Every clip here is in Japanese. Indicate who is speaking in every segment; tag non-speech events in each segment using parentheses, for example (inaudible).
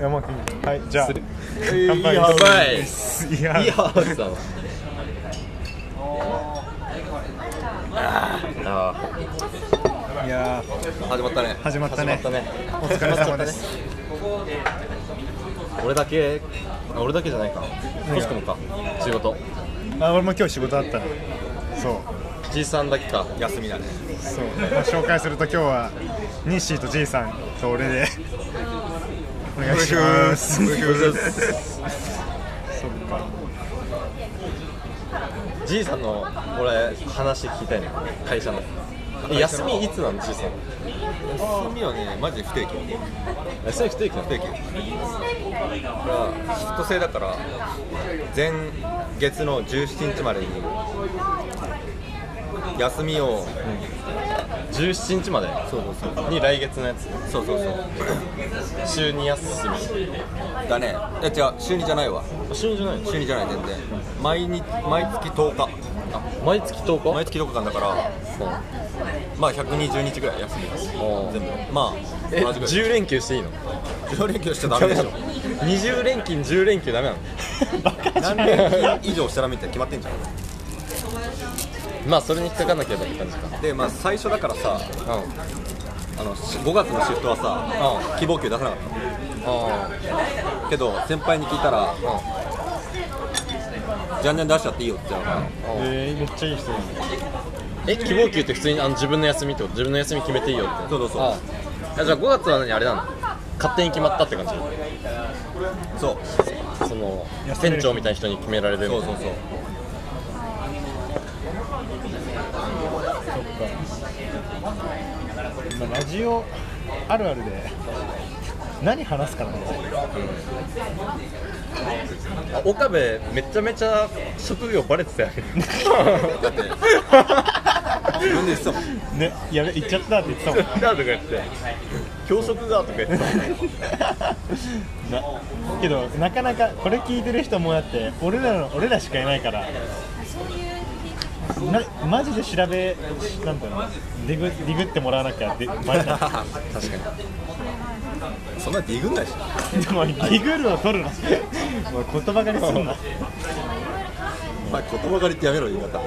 Speaker 1: 山木はいじゃあ
Speaker 2: する
Speaker 1: 乾杯
Speaker 2: いいハウ
Speaker 1: ですいや
Speaker 2: いやーさんあ
Speaker 1: いや
Speaker 2: ー始まったね
Speaker 1: 始まったね
Speaker 2: 始まったね
Speaker 1: お疲れ様です
Speaker 2: 始まったね俺だけあ俺だけじゃないかコシ君もか仕事
Speaker 1: ーあ俺も今日仕事あったのそう
Speaker 2: じいさんだけか休みだね
Speaker 1: そう、まあ、紹介すると今日はニッシーとじいさんと俺でお願いします
Speaker 2: お願いします
Speaker 1: そっか
Speaker 2: じいさんの俺話聞きたいな会社のえ休みいつなのじいさん
Speaker 3: 休みはね、マジで不定期、
Speaker 2: 休み不定期なの
Speaker 3: 不定期、これはシフト制だから、前月の17日までに休みを、
Speaker 2: 17日まで
Speaker 3: そうそうそう、
Speaker 2: に来月のやつ
Speaker 3: そうそう
Speaker 2: 週2休み
Speaker 3: そう、だね、いや違う、週2じゃないわ、
Speaker 2: あ週2じゃないの
Speaker 3: 週2じゃない、全然、毎日毎月10日、
Speaker 2: あ毎月10日
Speaker 3: 毎月10日間だから、まあ120日ぐらい休みだし、
Speaker 2: おー
Speaker 3: 全部、まあ、
Speaker 2: え
Speaker 3: 同じぐら
Speaker 2: 10
Speaker 3: い、
Speaker 2: 連休していいの
Speaker 3: 10連休しちゃだめでしょ、
Speaker 2: 20連勤10連休ダメなの
Speaker 3: (laughs)
Speaker 2: バカ
Speaker 3: 何連休以上したらみたいな決まってんじゃん。
Speaker 2: まあそれに引っかかんなければって感じか
Speaker 3: でまあ最初だからさ
Speaker 2: うん
Speaker 3: あのし5月のシフトはさ、希望給出さなかっ
Speaker 2: あ
Speaker 3: たけど先輩に聞いたら、じゃんじゃん出しちゃっていいよって言ったから、
Speaker 1: えー、めっちゃいい人なんだ
Speaker 2: え希望給って普通にあの自分の休みってこと自分の休み決めていいよって
Speaker 3: そうそうそう
Speaker 2: ああじゃあ5月は何あれなの勝手に決まったって感じ
Speaker 3: そう
Speaker 2: その
Speaker 1: 休める
Speaker 2: 店長みたいな人に決められるみた
Speaker 3: そ
Speaker 2: いうな
Speaker 3: そうそう
Speaker 1: そっか、まあ、ラジオあるあるで何話すかなんだよ
Speaker 2: あ岡部めちゃめちゃ職業バレてたよね
Speaker 3: だって自分で言ってたもん
Speaker 1: ねやべ行っちゃったって言ってたもん
Speaker 2: だとか言って教職だとか言 (laughs) って
Speaker 1: なけどなかなかこれ聞いてる人もだって俺らの俺らしかいないからなマジで調べなんだろうディグディグってもらわなきゃでバレない
Speaker 3: 確かにそんなディグんないし
Speaker 1: でもディグルを取るなお前言葉狩りすんな
Speaker 3: お前言葉狩りってやめろ言い方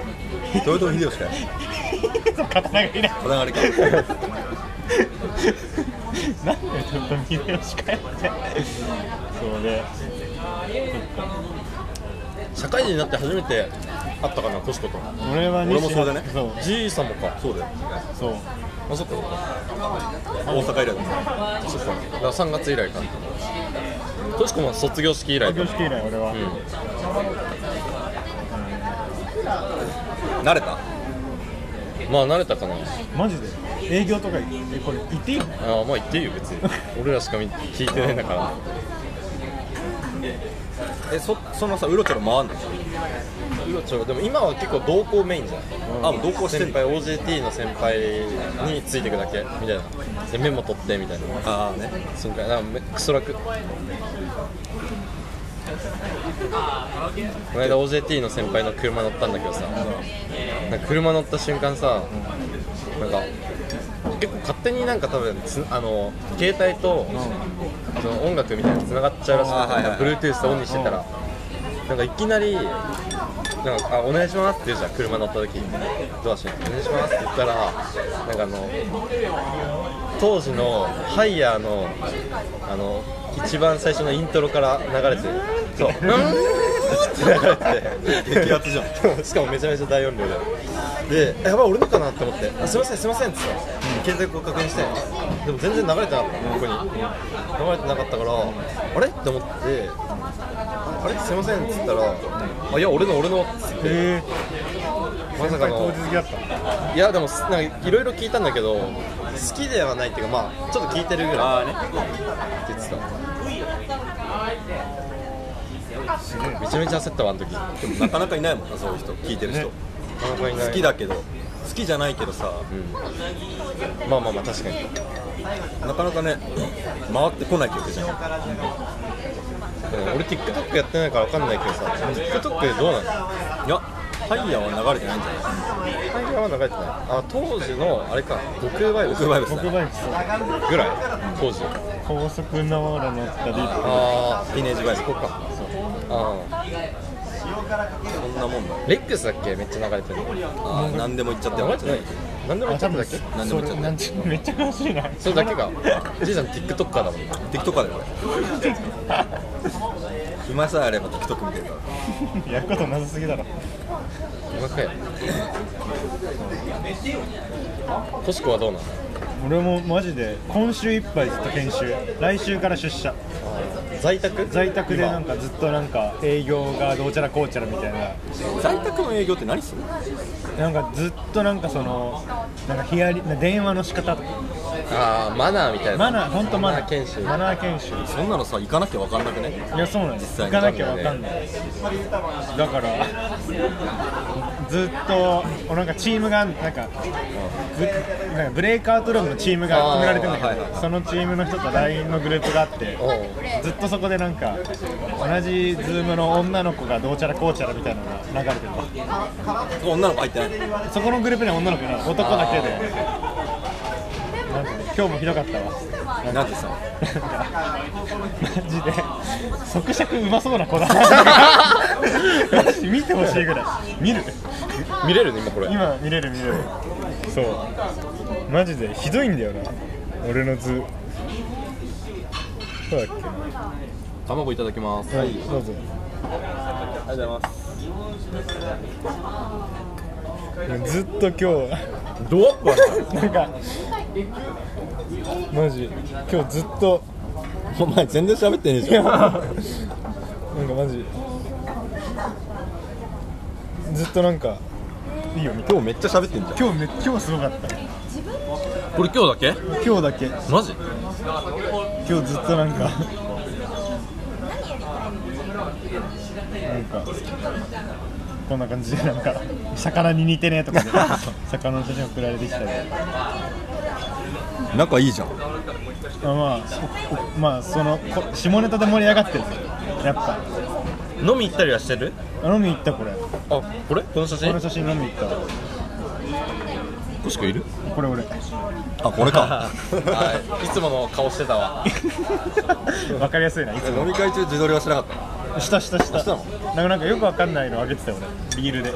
Speaker 3: 豊臣秀吉かよ
Speaker 1: 刀がいない
Speaker 3: こだわりかよ
Speaker 1: なんでちょっと見てしかやってそうで
Speaker 2: 社会人になって初めて会ったかなコシコと
Speaker 1: 俺は
Speaker 3: 俺もそうだね
Speaker 1: そう
Speaker 2: じいさんもかそうだよ
Speaker 1: そう
Speaker 2: あそっかそっか
Speaker 3: 大阪以来だね
Speaker 2: そっかだから3月以来かトシコも卒業式以来
Speaker 1: 卒業
Speaker 2: だよ
Speaker 1: 式以来俺は、
Speaker 3: 慣れた
Speaker 2: まあ慣れたかな
Speaker 1: マジで営業とかえこれ行っていいの
Speaker 2: ああまあ言っていいよ別に俺らしか見聞いてないんだから
Speaker 3: えそそのさうろちょろ回んの
Speaker 2: うわちょでも今は結構同行メインじゃん
Speaker 3: あもう同行して
Speaker 2: 先
Speaker 3: んの
Speaker 2: 輩 OJT の先輩についていくだけみたいなでメモ取ってみたいな
Speaker 3: ああね
Speaker 2: そんくらいなんかめクソ楽この間 OJT の先輩の車乗ったんだけどさなんか車乗った瞬間さなんか結構勝手になんか多分つあの携帯とその音楽みたいなの繋がっちゃうらし
Speaker 3: あーはいはい
Speaker 2: くて、なんか Bluetooth オンにしてたらなんかいきなりなんかあお願いしますって言うじゃん車乗った時ドア閉めてお願いしますって言ったらなんかあの当時のハイヤーのあの一番最初のイントロから流れてそううーんって流れて
Speaker 3: 激アツじゃん
Speaker 2: ん (laughs) しかもめちゃめちゃ大音量ででやばい俺のかなって思ってあすいませんすいませんっつって、携帯こう確認してでも全然流れてなかったここに流れてなかったからあれって思ってあれすいませんっつったらあいや俺の俺のっつって
Speaker 1: え
Speaker 2: まさ
Speaker 1: 先
Speaker 2: か
Speaker 1: 輩
Speaker 2: の
Speaker 1: 当日だった
Speaker 2: いやでもなんかいろいろ聞いたんだけど好きではないっていうかまあちょっと聞いてるぐらいって言ってためちゃめちゃ焦ったわあの時な
Speaker 3: でもなかなかいないもんなそういう人聞いてる人、
Speaker 1: ね
Speaker 2: かなかいない
Speaker 3: 好きだけど好きじゃないけどさ
Speaker 2: うんまあまあまあ確かに
Speaker 3: なかなかね回ってこない曲じゃん
Speaker 2: うん俺 TikTok やってないから分かんないけどさ TikTok でどうなの
Speaker 3: いやハイヤーは流れてないんじゃない
Speaker 2: タイヤは流れてないあ当時のあれか悟空バイブス
Speaker 3: 僕バイブスだ
Speaker 1: 僕
Speaker 3: ね
Speaker 1: バイクさ
Speaker 2: ぐらい当時
Speaker 1: 高速の俺乗ったり
Speaker 2: あ
Speaker 3: ティーネージバイブス
Speaker 2: そっかあ
Speaker 3: そんなもんだ
Speaker 2: ーレックスだっけめっちゃ流れてるの
Speaker 3: あー何でも言っちゃって
Speaker 2: 流れてない
Speaker 3: い
Speaker 2: 何でも言っちゃっただっけ
Speaker 3: 何で
Speaker 1: そ
Speaker 3: も言っちゃ
Speaker 1: れ
Speaker 3: う
Speaker 1: なんちゅうめっちゃ詳しいな
Speaker 2: それだけかじいさん TikToker だもんね
Speaker 3: TikToker だ (laughs) よこれ暇さえあれば TikTok 見てるから
Speaker 1: やることなさすぎだろ
Speaker 2: 今かよコシコはどうなの
Speaker 1: 俺もマジで今週いっぱいずっと研修来週から出社
Speaker 2: 在宅
Speaker 1: 在宅でなんかずっとなんか営業がどうちゃらこうちゃらみたいな
Speaker 3: 在宅の営業って何するの
Speaker 1: なんかずっとなんかそのなんかヒアリ電話の仕方とか
Speaker 2: ああマナーみたいな
Speaker 1: マナー本当マナー
Speaker 2: 研修
Speaker 1: マナー研修
Speaker 3: そんなのさ行かなきゃ分かんなくね
Speaker 1: いやそうなんです
Speaker 3: 実
Speaker 1: 行
Speaker 3: 際に
Speaker 1: かなきゃわかんないだからずっとおなんかチームがなんかブなんかブレイクアウトルームのチームが
Speaker 2: あー
Speaker 1: 組められてるんだけど、
Speaker 2: はいはい
Speaker 1: そのチームの人と LINE のグループがあって
Speaker 2: おう
Speaker 1: ずっとそこでなんか同じ Zoom の女の子がどうちゃらこうちゃらみたいなのが流れてる
Speaker 3: 女の子入ってない
Speaker 1: そこのグループには女の子が男だけでなんかね今日もひどかったわ
Speaker 3: なんでさ
Speaker 1: マジで即尺うまそうな子だなマジ見てほしいぐらい見る
Speaker 2: 見れるね今これ
Speaker 1: 今見れる見れるそうマジでひどいんだよな俺の図そうだっけ
Speaker 3: 卵いただきます
Speaker 1: はいどうぞ
Speaker 3: ありがとうございます
Speaker 1: ずっと今日
Speaker 3: ドアップは
Speaker 1: なんかマジ今日ずっと
Speaker 3: お前全然喋ってねえ
Speaker 1: い
Speaker 2: (laughs)
Speaker 3: じ
Speaker 1: や
Speaker 3: ゃん
Speaker 1: なんかマジずっとなんかいいよ見て
Speaker 3: 今日めっちゃ喋ってんじゃん
Speaker 1: 今日め今日すごかった
Speaker 3: これ今日だけ
Speaker 1: 今日だけ
Speaker 3: マジ
Speaker 1: 今日ずっとなんかなんかこんな感じでなんか魚に似てねとかで魚の写真送られてきたりあ
Speaker 3: 仲いいじゃん
Speaker 1: まあおまあそのこ下ネタで盛り上がってるやっぱ
Speaker 2: 飲み行ったりはしてる
Speaker 1: 飲み行ったこれこ
Speaker 2: あこれこの写真
Speaker 1: の写真飲み行ったわ
Speaker 3: コシコいる
Speaker 1: これ俺
Speaker 3: あこれか
Speaker 2: はいいつもの顔してたわ
Speaker 1: わかりやすいないつ
Speaker 3: (laughs) 飲み会中自撮りはしなかった
Speaker 1: もしたしたした
Speaker 3: したの
Speaker 1: なんかなんかよくわかんないのあげてたよ俺リールで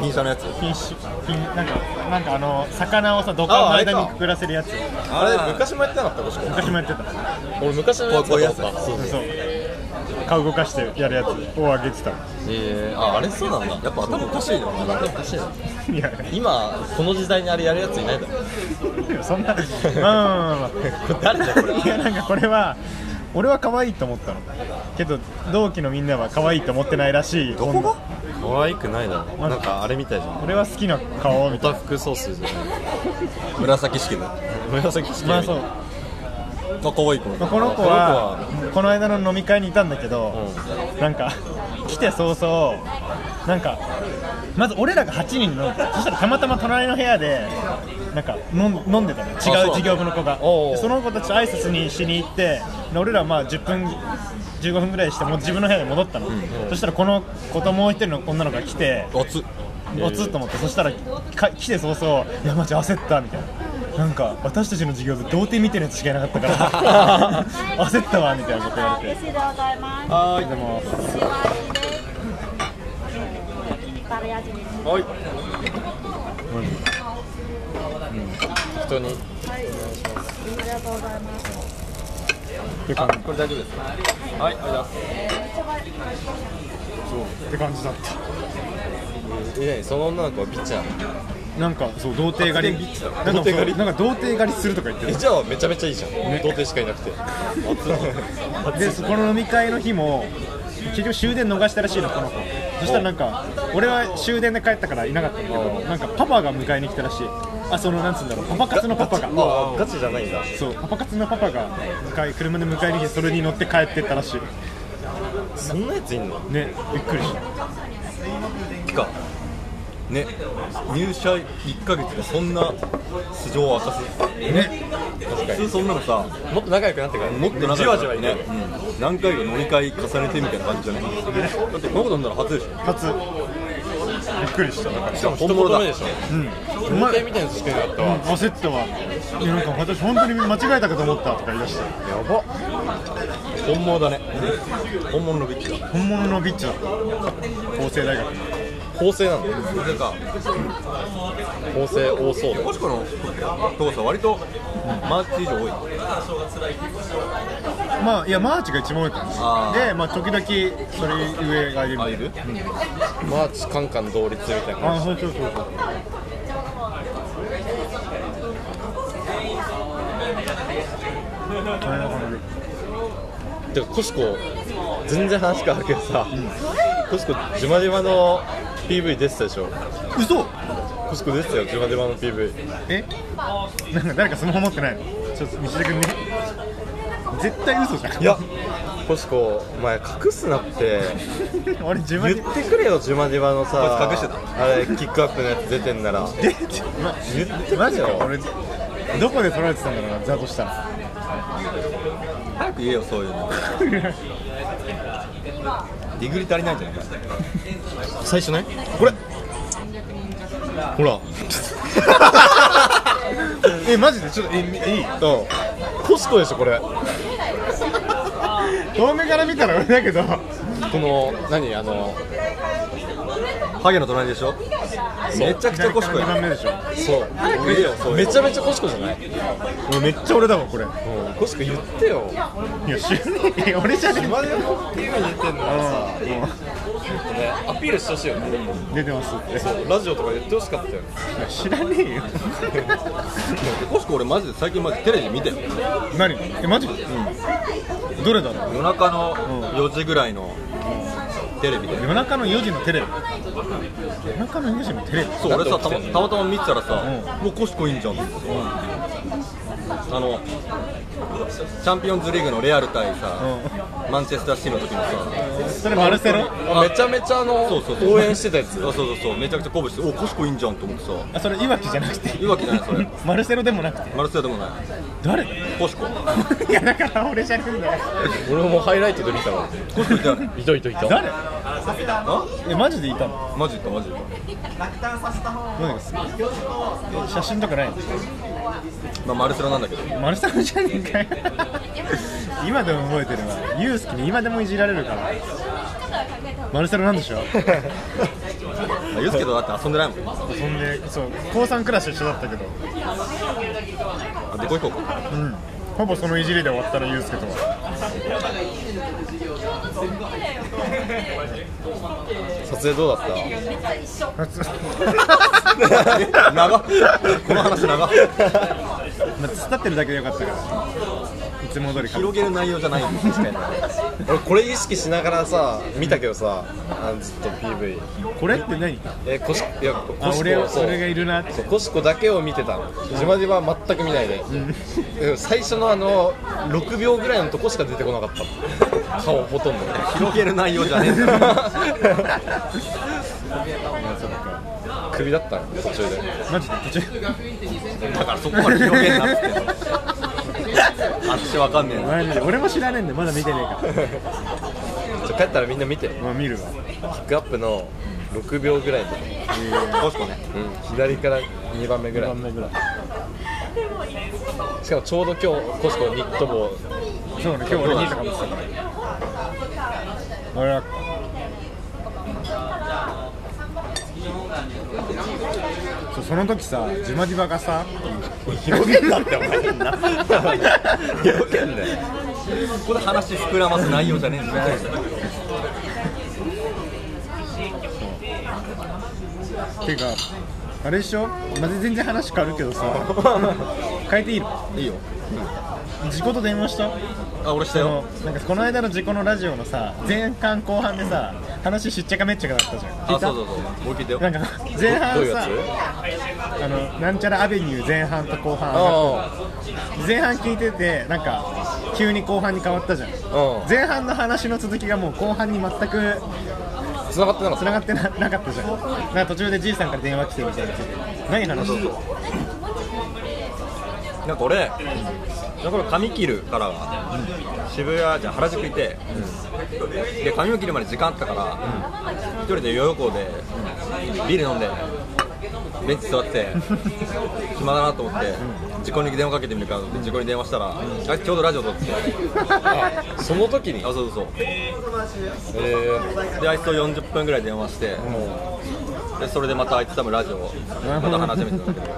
Speaker 3: ピンシャのやつ
Speaker 1: ピンシュピンなんかなんかあの魚をさ土管の間にくくらせるやつ
Speaker 2: あれ昔もやってなかったコシコ
Speaker 1: 昔もやってた
Speaker 2: 俺昔のやつだと思った
Speaker 3: こうこういうやつ
Speaker 2: そうそう
Speaker 1: そう顔動かしてやるやつをあげてた (laughs)
Speaker 2: えーあ
Speaker 3: ああれそうなんだやっぱ頭おかしいよ
Speaker 2: あ
Speaker 3: ね
Speaker 2: なんかおかしいない
Speaker 1: や
Speaker 2: 今この時代にあれやるやついないだろ
Speaker 1: そんなまあまあまあま
Speaker 2: これ誰だよこれ
Speaker 1: あいやなんかこれは俺は可愛いと思ったのけど同期のみんなは可愛いと思ってないらしい
Speaker 3: どこが
Speaker 2: 可愛くないだろなんかあれみたいじゃん
Speaker 1: 俺は好きな顔みたい
Speaker 2: 豚服ソースじゃない
Speaker 3: 紫式部あ
Speaker 2: 紫式
Speaker 1: なまあそう、
Speaker 3: 可愛い子
Speaker 1: まあこの子はこの間の飲み会にいたんだけど、なんか来て早々なんかまず俺らが8人飲んでそしたらたまたま隣の部屋でなんか飲ん飲んでたの
Speaker 2: そう
Speaker 1: 違う事業部の子が
Speaker 2: おうおう
Speaker 1: でその子たちと挨拶にしに行ってで俺らまあ10分15分ぐらいしてもう自分の部屋に戻ったの、そしたらこの子ともう一人の女の子が来て
Speaker 3: 熱っ
Speaker 1: おつっと思ってそしたらか来て早々「いやマジ焦った」みたいな。なんか私たちの授業で童貞見てるやつしかいなかったから
Speaker 2: (laughs)
Speaker 1: 焦ったわみたいなこと言われて
Speaker 4: でございます。
Speaker 1: はいでも
Speaker 4: シワイです。バルヤジです。
Speaker 2: はい適当に
Speaker 4: ありがとうございます。
Speaker 1: って感
Speaker 2: これ大丈夫ですはいありがとうございます
Speaker 1: じって感じだった
Speaker 2: えその女の子はビッチなの
Speaker 1: なんかそう童貞狩り
Speaker 2: 勝手に
Speaker 1: なんか
Speaker 2: 童貞
Speaker 1: そ
Speaker 2: 狩
Speaker 1: う
Speaker 2: り
Speaker 1: なんか童貞狩りするとか言って
Speaker 2: えじゃあめちゃめちゃいいじゃん、童貞しかいなくて
Speaker 1: たでそこの飲み会の日も結局終電逃したらしいのこの子そしたらなんか俺は終電で帰ったからいなかったんだけどなんかパパが迎えに来たらしいあそのなんつうんだろうパパ活のパパが
Speaker 2: あガチじゃないんだ
Speaker 1: そうパパ活のパパが迎え車で迎えに来てそれに乗って帰ってったらしい
Speaker 2: そんなやついんの
Speaker 1: ねびっくりした
Speaker 3: 期間ね入社1ヶ月でそんな素性を明かす
Speaker 1: ね
Speaker 2: 確か
Speaker 3: 普
Speaker 2: に
Speaker 3: 通そんなのさ
Speaker 2: もっと仲良くなってから
Speaker 3: 持ってなかった
Speaker 2: じわじわいく
Speaker 3: ね、うん何回か飲み会重ねてみたいな感じじゃないだってこの子飲んだら初でしょ
Speaker 1: 初びっくりした
Speaker 3: しかも
Speaker 2: 一
Speaker 3: 本物
Speaker 2: 言
Speaker 3: だ
Speaker 2: 目でしょ
Speaker 1: うんうま
Speaker 2: 文
Speaker 1: い
Speaker 2: 系みたいな試験だったわ
Speaker 1: 焦ったわいやなんか私本当に間違えたかと思ったとか言い出して
Speaker 2: やば本物だね
Speaker 3: 本物のビッチだ
Speaker 1: 本物のビッチだった法政大学
Speaker 2: 法制なんだよ
Speaker 3: 全然さ
Speaker 2: 法制多そうだよ
Speaker 3: コシコのとこさ割とマーチ以上多い
Speaker 1: まあいやマーチが一番多いか
Speaker 3: あ
Speaker 1: ら
Speaker 3: ー
Speaker 1: でまあ時々それ上がいるみ
Speaker 3: あ
Speaker 1: た
Speaker 3: い
Speaker 1: いな
Speaker 3: る
Speaker 2: マーチカンカン同率みたいな
Speaker 1: あ
Speaker 2: 感
Speaker 1: そうそうそうそう大変な感
Speaker 2: じてかコシコ全然話変わるけどさ、コシコジュマジュマの PV 出てたでしょ
Speaker 1: じ嘘
Speaker 2: コシコ出てたよジュマジュマの PV
Speaker 1: えなんか誰かスマホ持ってないのちょっと西田君ね絶対嘘じゃん
Speaker 2: いやコシコお前隠すなって
Speaker 1: (laughs) 俺自分で
Speaker 2: 言ってくれよジュマジュマのさ
Speaker 3: こいつ隠して
Speaker 2: あれキックアップのやつ出てんなら
Speaker 1: 出てま
Speaker 2: 言ってく
Speaker 1: マ
Speaker 2: れ
Speaker 1: ジか
Speaker 2: よ
Speaker 1: 俺どこで撮られてたんだろうなザとしたら
Speaker 3: 早く言えよそういうのディグリ足りないんじゃないか
Speaker 2: 最初ねこれほら
Speaker 1: (laughs) えマジでちょっとえいい
Speaker 2: うんコシコでしょこれ
Speaker 1: 遠目から見たら俺だけど
Speaker 2: この何あの
Speaker 3: ハゲの隣でしょめちゃくちゃコシコ
Speaker 1: 2
Speaker 3: や
Speaker 1: 番目でしょ
Speaker 2: そう
Speaker 3: 言えよそういう
Speaker 2: めちゃめちゃコシコじゃない
Speaker 1: 俺めっちゃ俺だわこれ
Speaker 2: うんコシコ言ってよ
Speaker 1: いや知らねえよ俺じゃねえ
Speaker 2: マジの PV 出てんのさアピールしてほしいよね
Speaker 1: うん出てますって
Speaker 2: ラジオとか言ってほしかったよね
Speaker 1: いや知らねえよ
Speaker 3: コシコ俺マジで最近マジテレビ見てよ
Speaker 1: 何えマジ、うん、どれだろう
Speaker 3: 夜中の4時ぐらいのテレビで
Speaker 1: 夜中の4時のテレビ夜中の4時のテレビ
Speaker 3: そう俺さたまたまたま見てたらさ、
Speaker 1: う
Speaker 3: もうコシコいいんじゃん、あのチャンピオンズリーグのレアル対さ、マンチェスターシティの時のさ
Speaker 1: それマルセロ
Speaker 2: あめちゃめちゃあの
Speaker 3: そうそうそう
Speaker 2: 応援してたやつ
Speaker 3: そうそうそうそうめちゃくちゃ鼓舞しておコシコいいんじゃんと思ってさ
Speaker 1: あそれいわきじゃなくて
Speaker 3: いわきじゃないそれ
Speaker 1: マルセロでもなくて
Speaker 3: マルセロでもない
Speaker 1: 誰
Speaker 3: コシ
Speaker 1: (laughs)
Speaker 3: コ
Speaker 1: いやだから俺じゃねえんだよ
Speaker 2: 俺もハイライトで見たわ
Speaker 3: コシコいたよね
Speaker 2: いたいた (laughs) いた
Speaker 1: 誰
Speaker 3: あ
Speaker 1: えマジでいたの
Speaker 3: マジかマジか
Speaker 1: 何ですかえ写真とかないの
Speaker 3: まあマルセロなんだけど
Speaker 1: マルサロじゃねえかよ (laughs) 今でも覚えてるわユースキに今でもいじられるからマルセロなんでしょ
Speaker 3: ユースケとだって遊んでないもんあ
Speaker 1: 遊んでそう高3クラス一緒だったけど
Speaker 3: でこ行こうか
Speaker 1: うんほぼそのいじりで終わったらユースケとは
Speaker 2: 撮影どうだった
Speaker 3: 長っこの話長っ
Speaker 1: まあ、突っ立ってるだけでよかったからいつも通りか
Speaker 3: 広げる内容じゃないんですね
Speaker 2: 俺これ意識しながらさ見たけどさあのずっと PV
Speaker 1: これって何
Speaker 2: えコシいやコ
Speaker 1: あ
Speaker 2: シ
Speaker 1: 俺
Speaker 2: コ
Speaker 1: は
Speaker 2: そ
Speaker 1: それが
Speaker 2: う
Speaker 1: いるなって
Speaker 2: そうコシコだけを見てたのじまじま全く見ないで、でも最初のあの6秒ぐらいのとこしか出てこなかったの顔ほとん (laughs) ど
Speaker 3: 広げる内容じゃねえんだよ
Speaker 2: 首だったの途中で
Speaker 1: マジで途中
Speaker 3: だからそこまで広げんなっつってんのあっちわかんねえな
Speaker 1: マジで俺も知らねえんだよまだ見てねえか
Speaker 2: ちょ帰ったらみんな見てキ
Speaker 1: らまあ見るわ
Speaker 2: ックアップの6秒ぐらいのとこ、
Speaker 3: コシコね
Speaker 2: うん、左から2番目ぐ
Speaker 1: 2
Speaker 2: らい
Speaker 1: 番目ぐらい
Speaker 2: しかもちょうど今日コシコニット帽
Speaker 1: そうね今日俺2位とかもしてたから俺はそうその時さジマジバがさ広げんなってお前
Speaker 3: 広げんねここで話膨らます内容じゃねえんだよ
Speaker 1: てかあれでしょまず全然話変わるけどさ変えていいの
Speaker 3: いいよ
Speaker 1: 事故と電話した
Speaker 3: あ俺した
Speaker 1: その
Speaker 3: よ
Speaker 1: なんかこの間の事故のラジオのさ前半後半でさ話しっちゃかめっちゃかだったじゃん聞
Speaker 3: あ
Speaker 1: いた
Speaker 3: そうそうそう俺聞いたよ
Speaker 1: なんか前
Speaker 2: どう
Speaker 1: 半
Speaker 2: いうや
Speaker 1: さ
Speaker 2: つ
Speaker 1: あのなんちゃらアベニュー前半と後半
Speaker 2: あ
Speaker 1: 前半聞いててなんか急に後半に変わったじゃん
Speaker 2: あ
Speaker 1: 前半の話の続きがもう後半に全く
Speaker 2: つながってなかった
Speaker 1: 繋がってななかったじゃんなんか途中でじいさんから電話来てみたいな何話してる
Speaker 3: なんか俺これ髪切るからは渋谷じゃあ原宿いて、で髪を切るまで時間あったから、一人で代々木でビール飲んでベンチ座って暇だなと思って事故に電話かけてみるかと思って事故に電話したらあちょうどラジオ撮ってて
Speaker 2: あその時に
Speaker 3: あそうそうそ
Speaker 2: えー、
Speaker 3: うであいつと40分ぐらい電話してでそれでまたあいつ多分ラジオをまた話し始めてたんだけど